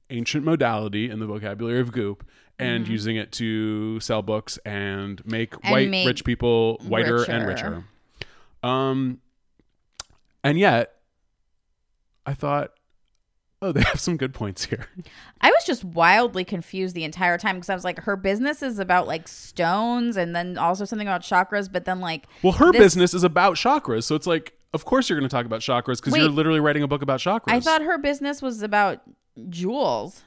[SPEAKER 1] ancient modality in the vocabulary of goop and using it to sell books and make
[SPEAKER 2] Mm-hmm. And
[SPEAKER 1] white
[SPEAKER 2] make
[SPEAKER 1] rich people whiter and richer.
[SPEAKER 2] richer.
[SPEAKER 1] Um, and yet, I thought, oh, [LAUGHS] they have some good points here.
[SPEAKER 2] I was just wildly confused the entire time because I was like, her business is about like stones and then also something about chakras, but then like,
[SPEAKER 1] Well, her
[SPEAKER 2] This-
[SPEAKER 1] business is about chakras, so it's like, of course you're going to talk about chakras because you're
[SPEAKER 2] Wait.
[SPEAKER 1] literally writing a book about chakras.
[SPEAKER 2] I thought her business was about jewels.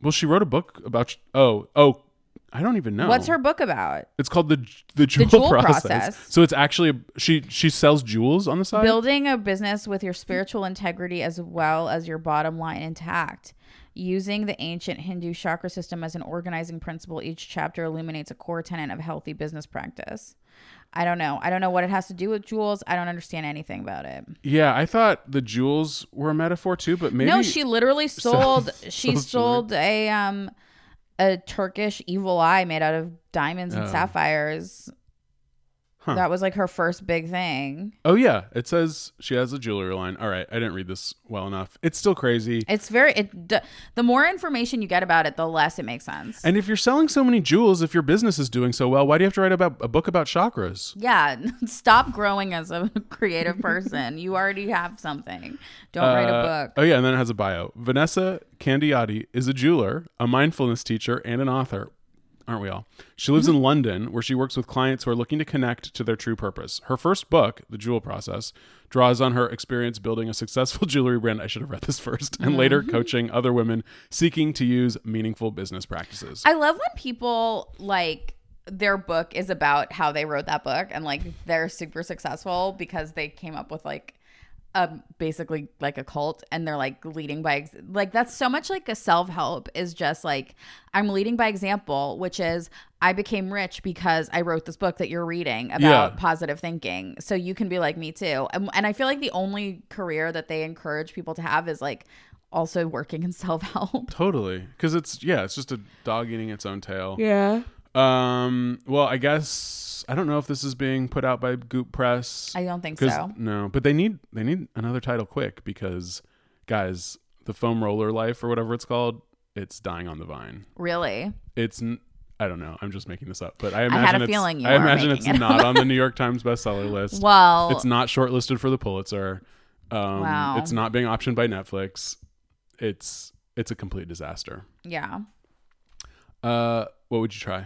[SPEAKER 1] Well, she wrote a book about. ch- Oh, oh, I don't even know.
[SPEAKER 2] What's her book about?
[SPEAKER 1] It's called the the jewel,
[SPEAKER 2] Jewel
[SPEAKER 1] process.
[SPEAKER 2] Process.
[SPEAKER 1] So it's actually a- she she sells jewels on the side.
[SPEAKER 2] Building a business with your spiritual integrity as well as your bottom line intact. Using the ancient Hindu chakra system as an organizing principle, each chapter illuminates a core tenet of healthy business practice. I don't know. I don't know what it has to do with jewels. I don't understand anything about it.
[SPEAKER 1] yeah, I thought the jewels were a metaphor too, but maybe
[SPEAKER 2] no, she
[SPEAKER 1] [LAUGHS]
[SPEAKER 2] literally sold. she
[SPEAKER 1] sold jewelry.
[SPEAKER 2] sold a um a Turkish evil eye made out of diamonds and
[SPEAKER 1] Oh.
[SPEAKER 2] sapphires.
[SPEAKER 1] Huh.
[SPEAKER 2] That was like her first big thing.
[SPEAKER 1] Oh yeah, it says she has a jewelry line. All right, I didn't read this well enough. It's still crazy.
[SPEAKER 2] It's very. It d- the more information you get about it, the less it makes sense.
[SPEAKER 1] And if you're selling so many jewels, if your business is doing so well, why do you have to write about a book about chakras?
[SPEAKER 2] yeah, [LAUGHS] stop growing as a [LAUGHS] creative person. you already have something. Don't write
[SPEAKER 1] Uh,
[SPEAKER 2] a book.
[SPEAKER 1] Oh yeah, and then it has a bio. Vanessa Candiotti is a jeweler, a mindfulness teacher, and an author. Aren't we all? She
[SPEAKER 2] Mm-hmm.
[SPEAKER 1] lives in London, where she works with clients who are looking to connect to their true purpose. Her first book, The Jewel Process, draws on her experience building a successful [LAUGHS] jewelry brand. I should have read this first, and later
[SPEAKER 2] Mm-hmm.
[SPEAKER 1] coaching other women seeking to use meaningful business practices.
[SPEAKER 2] I love when people like their book is about how they wrote that book and like they're super successful because they came up with like um basically like a cult and they're like leading by ex- like that's so much like a self-help is just like I'm leading by example which is I became rich because I wrote this book that you're reading about
[SPEAKER 1] Yeah.
[SPEAKER 2] positive thinking so you can be like me too and, and I feel like the only career that they encourage people to have is like also working in [LAUGHS] self-help
[SPEAKER 1] Totally, because it's yeah, it's just a dog eating its own tail. Yeah. Um. Well, I guess I don't know if this is being put out by Goop Press.
[SPEAKER 2] I don't think
[SPEAKER 1] 'Cause-
[SPEAKER 2] so
[SPEAKER 1] No, but they need they need another title quick because guys, the foam roller life or whatever it's called, it's dying on the vine.
[SPEAKER 2] really
[SPEAKER 1] It's n- I don't know. I'm just making this up, but I
[SPEAKER 2] had a
[SPEAKER 1] imagine it's,
[SPEAKER 2] feeling you
[SPEAKER 1] I
[SPEAKER 2] were
[SPEAKER 1] imagine
[SPEAKER 2] making
[SPEAKER 1] it's
[SPEAKER 2] it [LAUGHS]
[SPEAKER 1] not on the New York Times bestseller list.
[SPEAKER 2] Well,
[SPEAKER 1] it's not shortlisted for the Pulitzer. Um,
[SPEAKER 2] Wow.
[SPEAKER 1] It's not being optioned by Netflix. It's it's a complete disaster.
[SPEAKER 2] Yeah.
[SPEAKER 1] Uh, what would you try?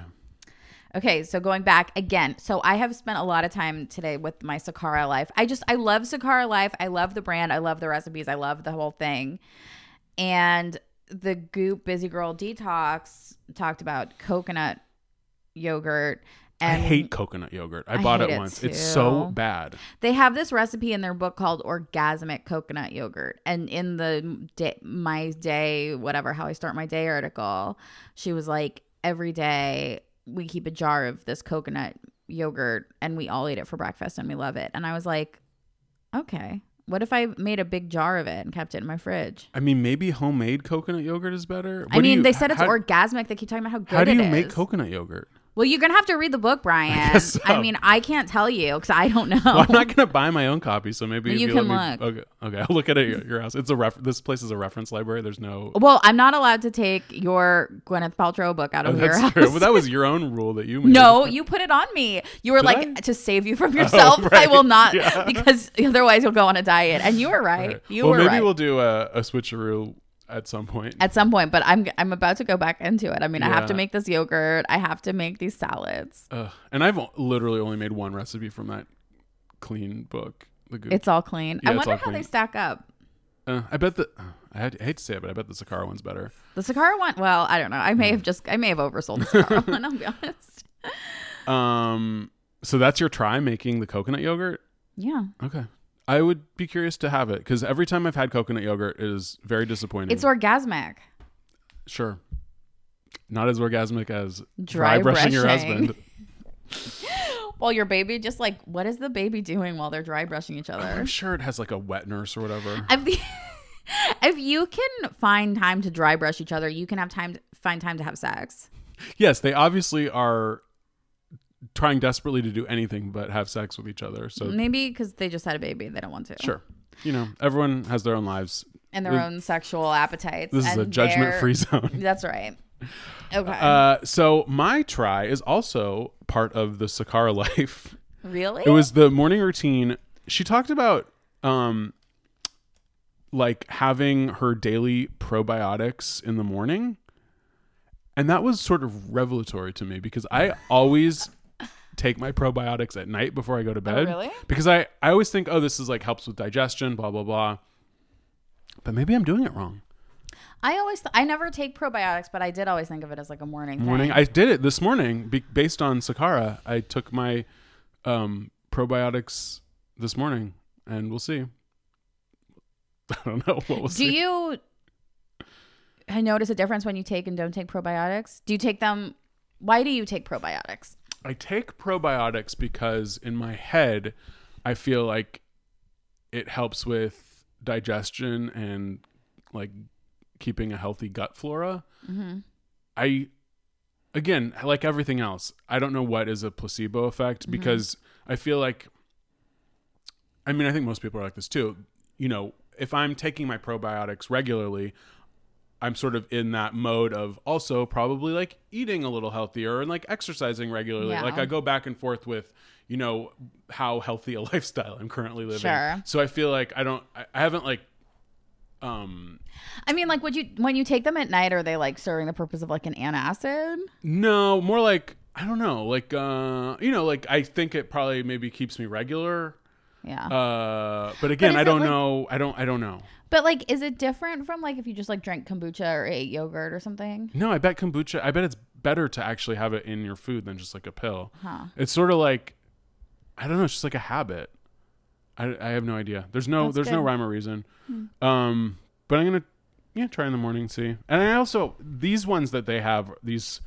[SPEAKER 2] Okay, so going back again. So I have spent a lot of time today with my Sakara life. I just I love Sakara life. I love the brand. I love the recipes. I love the whole thing. And the Goop Busy Girl Detox talked about coconut yogurt
[SPEAKER 1] I
[SPEAKER 2] and
[SPEAKER 1] hate coconut yogurt. I,
[SPEAKER 2] I
[SPEAKER 1] bought
[SPEAKER 2] hate
[SPEAKER 1] it,
[SPEAKER 2] it
[SPEAKER 1] once. It's so
[SPEAKER 2] too.
[SPEAKER 1] bad.
[SPEAKER 2] They have this recipe in their book called Orgasmic Coconut Yogurt. And in the day, my day, whatever, how I start my day article, she was like, every day we keep a jar of this coconut yogurt and we all eat it for breakfast and we love it. And I was like, okay, what if I made a big jar of it and kept it in my fridge?
[SPEAKER 1] I mean, maybe homemade coconut yogurt is better.
[SPEAKER 2] I
[SPEAKER 1] What do
[SPEAKER 2] mean,
[SPEAKER 1] you-
[SPEAKER 2] they said it's
[SPEAKER 1] how,
[SPEAKER 2] orgasmic. They keep talking about how good
[SPEAKER 1] How do
[SPEAKER 2] it
[SPEAKER 1] you make
[SPEAKER 2] is.
[SPEAKER 1] coconut
[SPEAKER 2] [LAUGHS]
[SPEAKER 1] yogurt?
[SPEAKER 2] Well, you're gonna have to read the book, Brian. I,
[SPEAKER 1] guess so.
[SPEAKER 2] mean, I can't tell you because I don't know.
[SPEAKER 1] Well, I'm not gonna buy my own copy, so maybe
[SPEAKER 2] Well,
[SPEAKER 1] if
[SPEAKER 2] you
[SPEAKER 1] you
[SPEAKER 2] can
[SPEAKER 1] let me, Okay, okay, I'll look at it at your house. It's a ref. This place is a reference library. There's no.
[SPEAKER 2] Well, I'm not allowed to take your Gwyneth Paltrow book out
[SPEAKER 1] Oh,
[SPEAKER 2] of your
[SPEAKER 1] that's
[SPEAKER 2] house.
[SPEAKER 1] true. Well, that was your own rule
[SPEAKER 2] [LAUGHS]
[SPEAKER 1] that you made.
[SPEAKER 2] no, you put it on me. You were
[SPEAKER 1] Did
[SPEAKER 2] like
[SPEAKER 1] I? Oh,
[SPEAKER 2] to
[SPEAKER 1] [LAUGHS]
[SPEAKER 2] save you from yourself. I
[SPEAKER 1] right.
[SPEAKER 2] will not
[SPEAKER 1] Yeah.
[SPEAKER 2] [LAUGHS] because otherwise you'll go on a diet. And you were right.
[SPEAKER 1] Right.
[SPEAKER 2] You
[SPEAKER 1] well,
[SPEAKER 2] were
[SPEAKER 1] maybe
[SPEAKER 2] right.
[SPEAKER 1] we'll do a, a switcheroo at some point.
[SPEAKER 2] at some point, but I'm I'm about to go back into it. I mean, I have to
[SPEAKER 1] Yeah.
[SPEAKER 2] make this yogurt. I have to make these salads.
[SPEAKER 1] Ugh. and I've o- literally only made one recipe from that clean book. The Goop.
[SPEAKER 2] It's all clean.
[SPEAKER 1] Yeah,
[SPEAKER 2] I
[SPEAKER 1] it's
[SPEAKER 2] wonder
[SPEAKER 1] all
[SPEAKER 2] how they
[SPEAKER 1] clean.
[SPEAKER 2] stack up.
[SPEAKER 1] Uh, I bet the. I, had, I hate to say it, but I bet the Sakara one's better.
[SPEAKER 2] The Sakara one. Well, I don't know. I may
[SPEAKER 1] Hmm.
[SPEAKER 2] have just I may have oversold the Sakara one. I'll be honest.
[SPEAKER 1] Um. So that's your try making the coconut yogurt.
[SPEAKER 2] Yeah.
[SPEAKER 1] Okay. I would be curious to have it because every time I've had coconut yogurt, it is very disappointing.
[SPEAKER 2] It's orgasmic.
[SPEAKER 1] Sure. Not as orgasmic as dry,
[SPEAKER 2] Dry
[SPEAKER 1] brushing, your
[SPEAKER 2] brushing.
[SPEAKER 1] husband.
[SPEAKER 2] Well, your baby just like what is the baby doing while they're dry brushing each other?
[SPEAKER 1] I'm sure it has like a wet nurse or whatever.
[SPEAKER 2] If, [LAUGHS] if you can find time to dry brush each other, you can have time to find time to have sex.
[SPEAKER 1] yes, they obviously are trying desperately to do anything but have sex with each other. So
[SPEAKER 2] Maybe because they just had a baby, they don't want to.
[SPEAKER 1] sure. You know, everyone has their own lives.
[SPEAKER 2] And their own sexual appetites.
[SPEAKER 1] This is
[SPEAKER 2] and
[SPEAKER 1] a judgment free
[SPEAKER 2] their-
[SPEAKER 1] zone.
[SPEAKER 2] [LAUGHS] That's right. Okay.
[SPEAKER 1] Uh, so my try is also part of the Sakara [LAUGHS] life.
[SPEAKER 2] really?
[SPEAKER 1] It was the morning routine. She talked about um like having her daily probiotics in the morning. And that was sort of revelatory to me because I always take my probiotics at night before I go to bed.
[SPEAKER 2] Oh, really?
[SPEAKER 1] Because I, I always think, oh, this is like helps with digestion, blah, blah, blah. But maybe I'm doing it wrong.
[SPEAKER 2] I always, th- I never take probiotics, but I did always think of it as like a morning thing.
[SPEAKER 1] morning. I did it this morning be- based on Sakara. I took my um, probiotics this morning, and we'll see. [LAUGHS] I don't know what was.
[SPEAKER 2] Do you I notice a difference when you take and don't take probiotics? Do you take them? Why do you take probiotics?
[SPEAKER 1] I take probiotics because in my head, I feel like it helps with digestion and like keeping a healthy gut flora. I, again, like everything else, I don't know what is a placebo effect because I feel like, I mean, I think most people are like this too. You know, if I'm taking my probiotics regularly, I'm sort of in that mode of also probably like eating a little healthier and like exercising regularly.
[SPEAKER 2] Yeah.
[SPEAKER 1] Like I go back and forth with, you know, how healthy a [LAUGHS] lifestyle I'm currently living.
[SPEAKER 2] Sure.
[SPEAKER 1] So I feel like I don't, I I haven't like, um,
[SPEAKER 2] I mean, like, would you when you take them at night? Are they like serving the purpose of like an antacid?
[SPEAKER 1] no, more like, I don't know, like, uh, you know, like I think it probably maybe keeps me regular.
[SPEAKER 2] Yeah,
[SPEAKER 1] Uh, but again,
[SPEAKER 2] Oh. is
[SPEAKER 1] I
[SPEAKER 2] it
[SPEAKER 1] don't
[SPEAKER 2] like-
[SPEAKER 1] know. I don't, I don't know.
[SPEAKER 2] but like, is it different from like if you just like drank kombucha or ate yogurt or something?
[SPEAKER 1] No, I bet kombucha. I bet it's better to actually have it in your food than just like a pill. It's sort of like, I don't know. It's just like a habit. I, I have no idea. There's no
[SPEAKER 2] That's
[SPEAKER 1] there's no
[SPEAKER 2] good. Hmm.
[SPEAKER 1] rhyme or reason. Um, but I'm gonna yeah try in the morning see. And I also these ones that they have these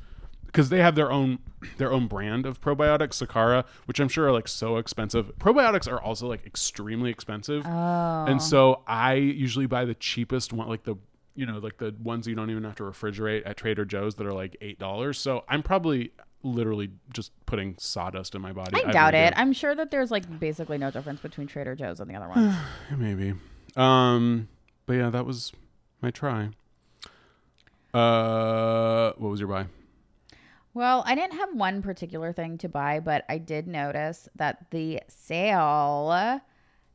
[SPEAKER 1] because they have their own [CLEARS THROAT] their own brand of probiotics, Sakara, which I'm sure are like so expensive. Probiotics are also like extremely expensive.
[SPEAKER 2] Oh.
[SPEAKER 1] And so I usually buy the cheapest one, like the you know, like the ones you don't even have to refrigerate at Trader Joe's that are like eight dollars. So I'm probably literally just putting sawdust in my body.
[SPEAKER 2] I
[SPEAKER 1] have no
[SPEAKER 2] doubt
[SPEAKER 1] idea.
[SPEAKER 2] it. I'm sure that there's like basically no difference between Trader Joe's [SIGHS] and the other ones.
[SPEAKER 1] Yeah, Maybe. Um, but yeah, that was my try. Uh, what was your buy?
[SPEAKER 2] well, I didn't have one particular thing to buy, but I did notice that the sale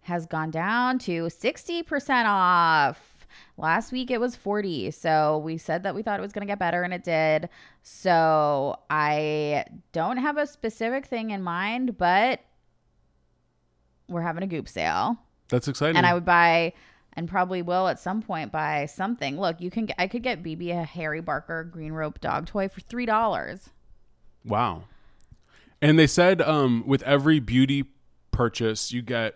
[SPEAKER 2] has gone down to 60% off. Last week it was 40. So we said that we thought it was going to get better and it did. So I don't have a specific thing in mind, but we're having a goop sale
[SPEAKER 1] That's exciting.
[SPEAKER 2] and I would buy and probably will at some point buy something. Look, you can get, I could get BB a Harry Barker green rope dog toy for three dollars.
[SPEAKER 1] Wow. And they said um, with every beauty purchase, you get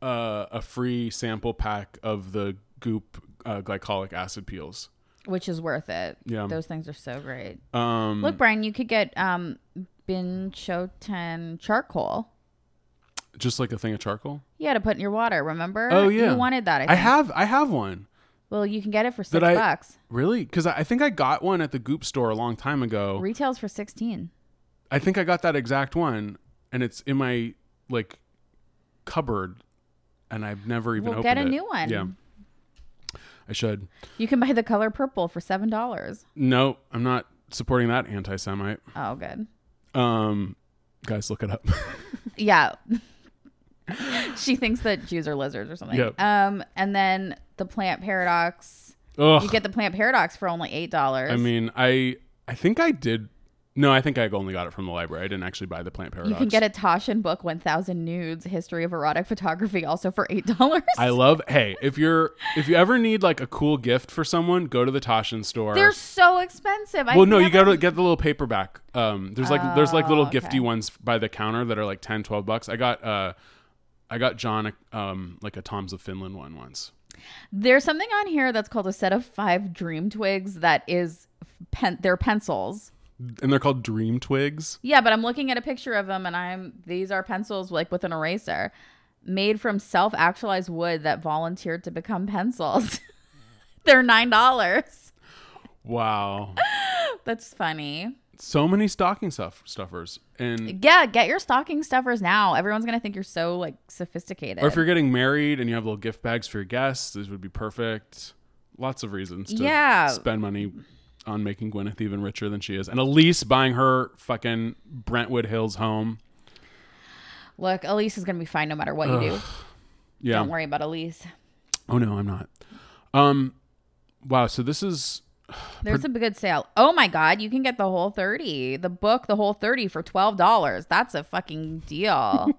[SPEAKER 1] uh, a free sample pack of the Goop uh, glycolic acid peels.
[SPEAKER 2] Which is worth it.
[SPEAKER 1] Yeah.
[SPEAKER 2] Those things are so great.
[SPEAKER 1] Um,
[SPEAKER 2] Look, Brian, you could get um bin shoten charcoal.
[SPEAKER 1] just like a thing of charcoal.
[SPEAKER 2] You had to put in your water, remember?
[SPEAKER 1] Oh yeah,
[SPEAKER 2] You wanted that. I,
[SPEAKER 1] I
[SPEAKER 2] think.
[SPEAKER 1] have. I have one.
[SPEAKER 2] Well, you can get it for six
[SPEAKER 1] Did I-
[SPEAKER 2] bucks.
[SPEAKER 1] Really? Because I I think I got one at the Goop store a long time ago.
[SPEAKER 2] Retails for sixteen.
[SPEAKER 1] I think I got that exact one, and it's in my like cupboard, and I've never even
[SPEAKER 2] Well,
[SPEAKER 1] opened
[SPEAKER 2] get a
[SPEAKER 1] it.
[SPEAKER 2] new one.
[SPEAKER 1] Yeah, I should.
[SPEAKER 2] You can buy the color purple for seven dollars.
[SPEAKER 1] No, I'm not supporting that anti-Semite.
[SPEAKER 2] Oh, good.
[SPEAKER 1] Um, guys, look it up. [LAUGHS]
[SPEAKER 2] Yeah. [LAUGHS] she thinks that Jews are lizards or something.
[SPEAKER 1] Yep.
[SPEAKER 2] Um, and then the plant paradox.
[SPEAKER 1] Ugh.
[SPEAKER 2] You get the plant paradox for only eight dollars.
[SPEAKER 1] I mean, I I think I did. No, I think I only got it from the library. I didn't actually buy the Plant Paradox.
[SPEAKER 2] you can get a Toshin book, One Thousand Nudes: History of Erotic Photography, also for eight dollars.
[SPEAKER 1] I love. Hey, if you're if you ever need like a cool gift for someone, go to the Toshin store.
[SPEAKER 2] They're so expensive.
[SPEAKER 1] well,
[SPEAKER 2] I've
[SPEAKER 1] no, you
[SPEAKER 2] never-
[SPEAKER 1] gotta get the little paperback. Um, there's like there's like little
[SPEAKER 2] Oh, okay.
[SPEAKER 1] gifty ones by the counter that are like 10, 12 bucks. I got uh, I got John a, um like a Tom's of Finland one once.
[SPEAKER 2] There's something on here that's called a set of five dream twigs that is pen- they're pencils.
[SPEAKER 1] And they're called Dream Twigs.
[SPEAKER 2] Yeah, but I'm looking at a picture of them and I'm these are pencils like with an eraser made from self-actualized wood that volunteered to become pencils. [LAUGHS] they're $9.
[SPEAKER 1] Wow,
[SPEAKER 2] That's funny.
[SPEAKER 1] so many stocking stuff stuffers. And
[SPEAKER 2] Yeah, get your stocking stuffers now. Everyone's going to think you're so like sophisticated.
[SPEAKER 1] Or if you're getting married and you have little gift bags for your guests, these would be perfect. Lots of reasons to
[SPEAKER 2] Yeah.
[SPEAKER 1] spend money on making Gwyneth even richer than she is. And Elise buying her fucking Brentwood Hills home.
[SPEAKER 2] Look, Elise is going to be fine no matter what you do.
[SPEAKER 1] Yeah.
[SPEAKER 2] Don't worry about Elise.
[SPEAKER 1] Oh no, I'm not. Um wow, so this is
[SPEAKER 2] There's a good sale. Oh my god, you can get the whole 30. The book, the whole 30 for $12. That's a
[SPEAKER 1] [LAUGHS]
[SPEAKER 2] fucking deal.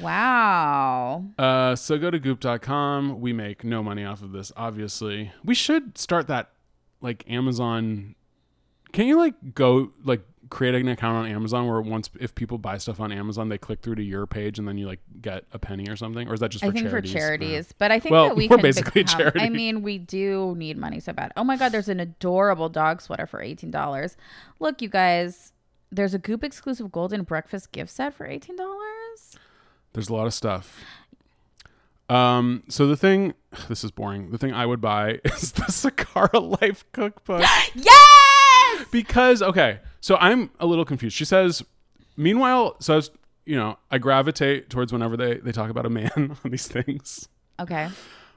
[SPEAKER 2] wow.
[SPEAKER 1] uh so go to goop.com. We make no money off of this, obviously. We should start that like Amazon Can you like go like create an account on Amazon where once if people buy stuff on Amazon they click through to your page and then you like get a penny or something or is that just
[SPEAKER 2] I
[SPEAKER 1] for
[SPEAKER 2] think
[SPEAKER 1] charities?
[SPEAKER 2] for charities, but I think
[SPEAKER 1] Well,
[SPEAKER 2] that we
[SPEAKER 1] we're
[SPEAKER 2] can
[SPEAKER 1] basically a
[SPEAKER 2] become, I
[SPEAKER 1] charity.
[SPEAKER 2] mean, we do need money so bad. Oh my god, there's an adorable dog sweater for eighteen dollars. Look, you guys, there's a Goop exclusive golden breakfast gift set for eighteen dollars.
[SPEAKER 1] There's a lot of stuff. Um so the thing [SIGHS] this is boring. The thing I would buy [LAUGHS] is the Sakara Life cookbook.
[SPEAKER 2] Yes.
[SPEAKER 1] because okay so i'm a little confused she says meanwhile so I was, you know i gravitate towards whenever they they talk about a man [LAUGHS] on these things
[SPEAKER 2] Okay.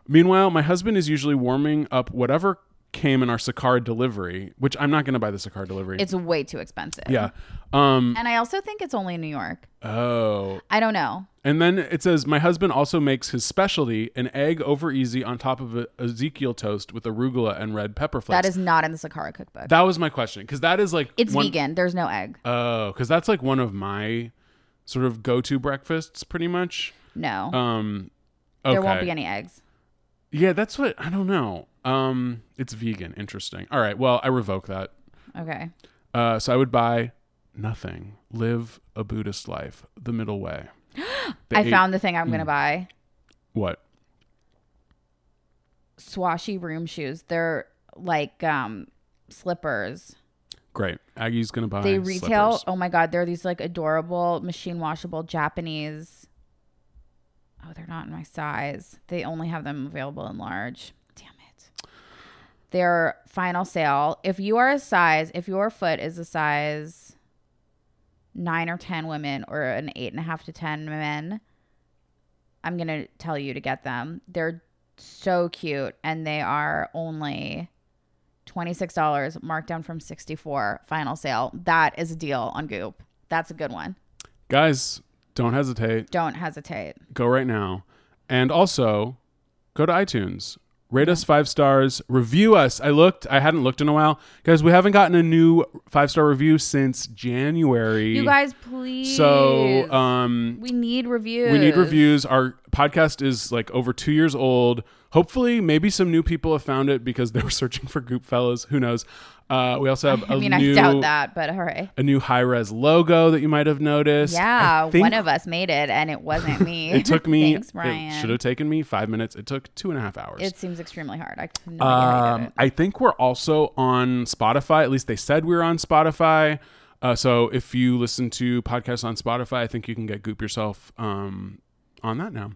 [SPEAKER 1] meanwhile my husband is usually warming up whatever came in our sakar delivery which i'm not going to buy the sakar delivery
[SPEAKER 2] It's way too expensive.
[SPEAKER 1] yeah um
[SPEAKER 2] And I also think it's only in New York.
[SPEAKER 1] oh
[SPEAKER 2] I don't know.
[SPEAKER 1] and then it says my husband also makes his specialty an egg over easy on top of a ezekiel toast with arugula and red pepper flakes
[SPEAKER 2] That is not in the Sakara cookbook.
[SPEAKER 1] that was my question because that is like
[SPEAKER 2] it's
[SPEAKER 1] one-
[SPEAKER 2] vegan. There's no egg.
[SPEAKER 1] Oh, because that's like one of my sort of go-to breakfasts, pretty much.
[SPEAKER 2] No.
[SPEAKER 1] Um, okay.
[SPEAKER 2] Oh. There won't be any eggs.
[SPEAKER 1] Yeah, that's what I don't know. Um, it's vegan. Interesting. All right. Well, I revoke that.
[SPEAKER 2] Okay.
[SPEAKER 1] Uh, so I would buy nothing. Live a Buddhist life, the middle
[SPEAKER 2] [GASPS]
[SPEAKER 1] way. They
[SPEAKER 2] I
[SPEAKER 1] ate-
[SPEAKER 2] found the thing I'm going to buy.
[SPEAKER 1] what?
[SPEAKER 2] Swashy room shoes. They're like um slippers.
[SPEAKER 1] Great. Aggie's gonna buy.
[SPEAKER 2] they retail.
[SPEAKER 1] slippers.
[SPEAKER 2] Oh my god, they're these like adorable machine washable Japanese. Oh, they're not in my size. They only have them available in large. Damn it. Their final sale. If you are a size, if your foot is a size nine or ten women or an eight and a half to ten men, I'm gonna tell you to get them. They're so cute and they are only $26 marked down from 64 final sale that is a deal on goop that's a good one
[SPEAKER 1] Guys, Don't hesitate.
[SPEAKER 2] Don't hesitate.
[SPEAKER 1] Go right now. And also, go to iTunes. Rate us five stars. Review us. I looked. I hadn't looked in a while. Guys, we haven't gotten a new five star review since January.
[SPEAKER 2] You guys, please.
[SPEAKER 1] So, um,
[SPEAKER 2] we need reviews.
[SPEAKER 1] we need reviews. Our podcast is like over two years old. Hopefully, maybe some new people have found it because they were [LAUGHS] searching for Goop Fellas. Who knows? Uh, we also have a
[SPEAKER 2] I mean,
[SPEAKER 1] new
[SPEAKER 2] I doubt that, but hooray.
[SPEAKER 1] a new high res logo that you might have noticed.
[SPEAKER 2] Yeah,
[SPEAKER 1] I think
[SPEAKER 2] one of us made it, and it wasn't me.
[SPEAKER 1] [LAUGHS] It took me.
[SPEAKER 2] [LAUGHS] Thanks, Brian.
[SPEAKER 1] It should have taken me five minutes. It took two and a half hours.
[SPEAKER 2] It seems extremely hard. I have no idea how you did
[SPEAKER 1] um,
[SPEAKER 2] it.
[SPEAKER 1] I think we're also on Spotify. At least they said we were on Spotify. Uh, so if you listen to podcasts on Spotify, I think you can get Goop yourself um, on that now.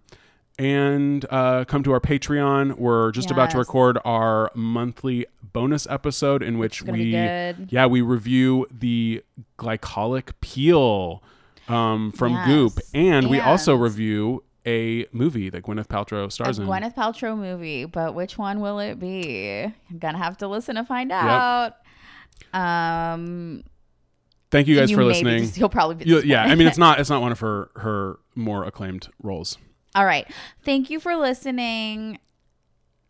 [SPEAKER 1] And uh, come to our Patreon. We're just about to
[SPEAKER 2] Yes.
[SPEAKER 1] record our monthly bonus episode in which
[SPEAKER 2] gonna be
[SPEAKER 1] we,
[SPEAKER 2] good.
[SPEAKER 1] yeah, we review the glycolic peel um, from
[SPEAKER 2] Yes.
[SPEAKER 1] Goop, and, we also
[SPEAKER 2] And-
[SPEAKER 1] review a movie that Gwyneth Paltrow
[SPEAKER 2] A
[SPEAKER 1] stars in.
[SPEAKER 2] Gwyneth Paltrow movie, but which one will it be? I'm gonna have to listen to find out. Um,
[SPEAKER 1] Thank you guys for
[SPEAKER 2] may be
[SPEAKER 1] listening.
[SPEAKER 2] dis- you'll probably be.
[SPEAKER 1] You- yeah, I
[SPEAKER 2] disappointed. [LAUGHS]
[SPEAKER 1] mean it's not it's not one of her her more acclaimed roles.
[SPEAKER 2] All right. Thank you for listening.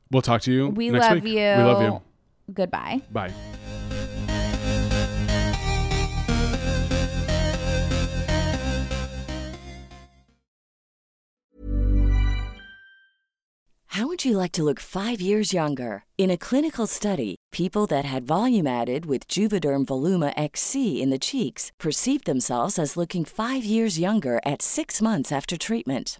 [SPEAKER 1] We'll talk to you.
[SPEAKER 2] We
[SPEAKER 1] next
[SPEAKER 2] love
[SPEAKER 1] week.
[SPEAKER 2] you.
[SPEAKER 1] We love you.
[SPEAKER 2] Goodbye.
[SPEAKER 1] Bye.
[SPEAKER 3] How would you like to look five years younger? In a clinical study, people that had volume added with Juvederm Voluma XC in the cheeks perceived themselves as looking five years younger at six months after treatment.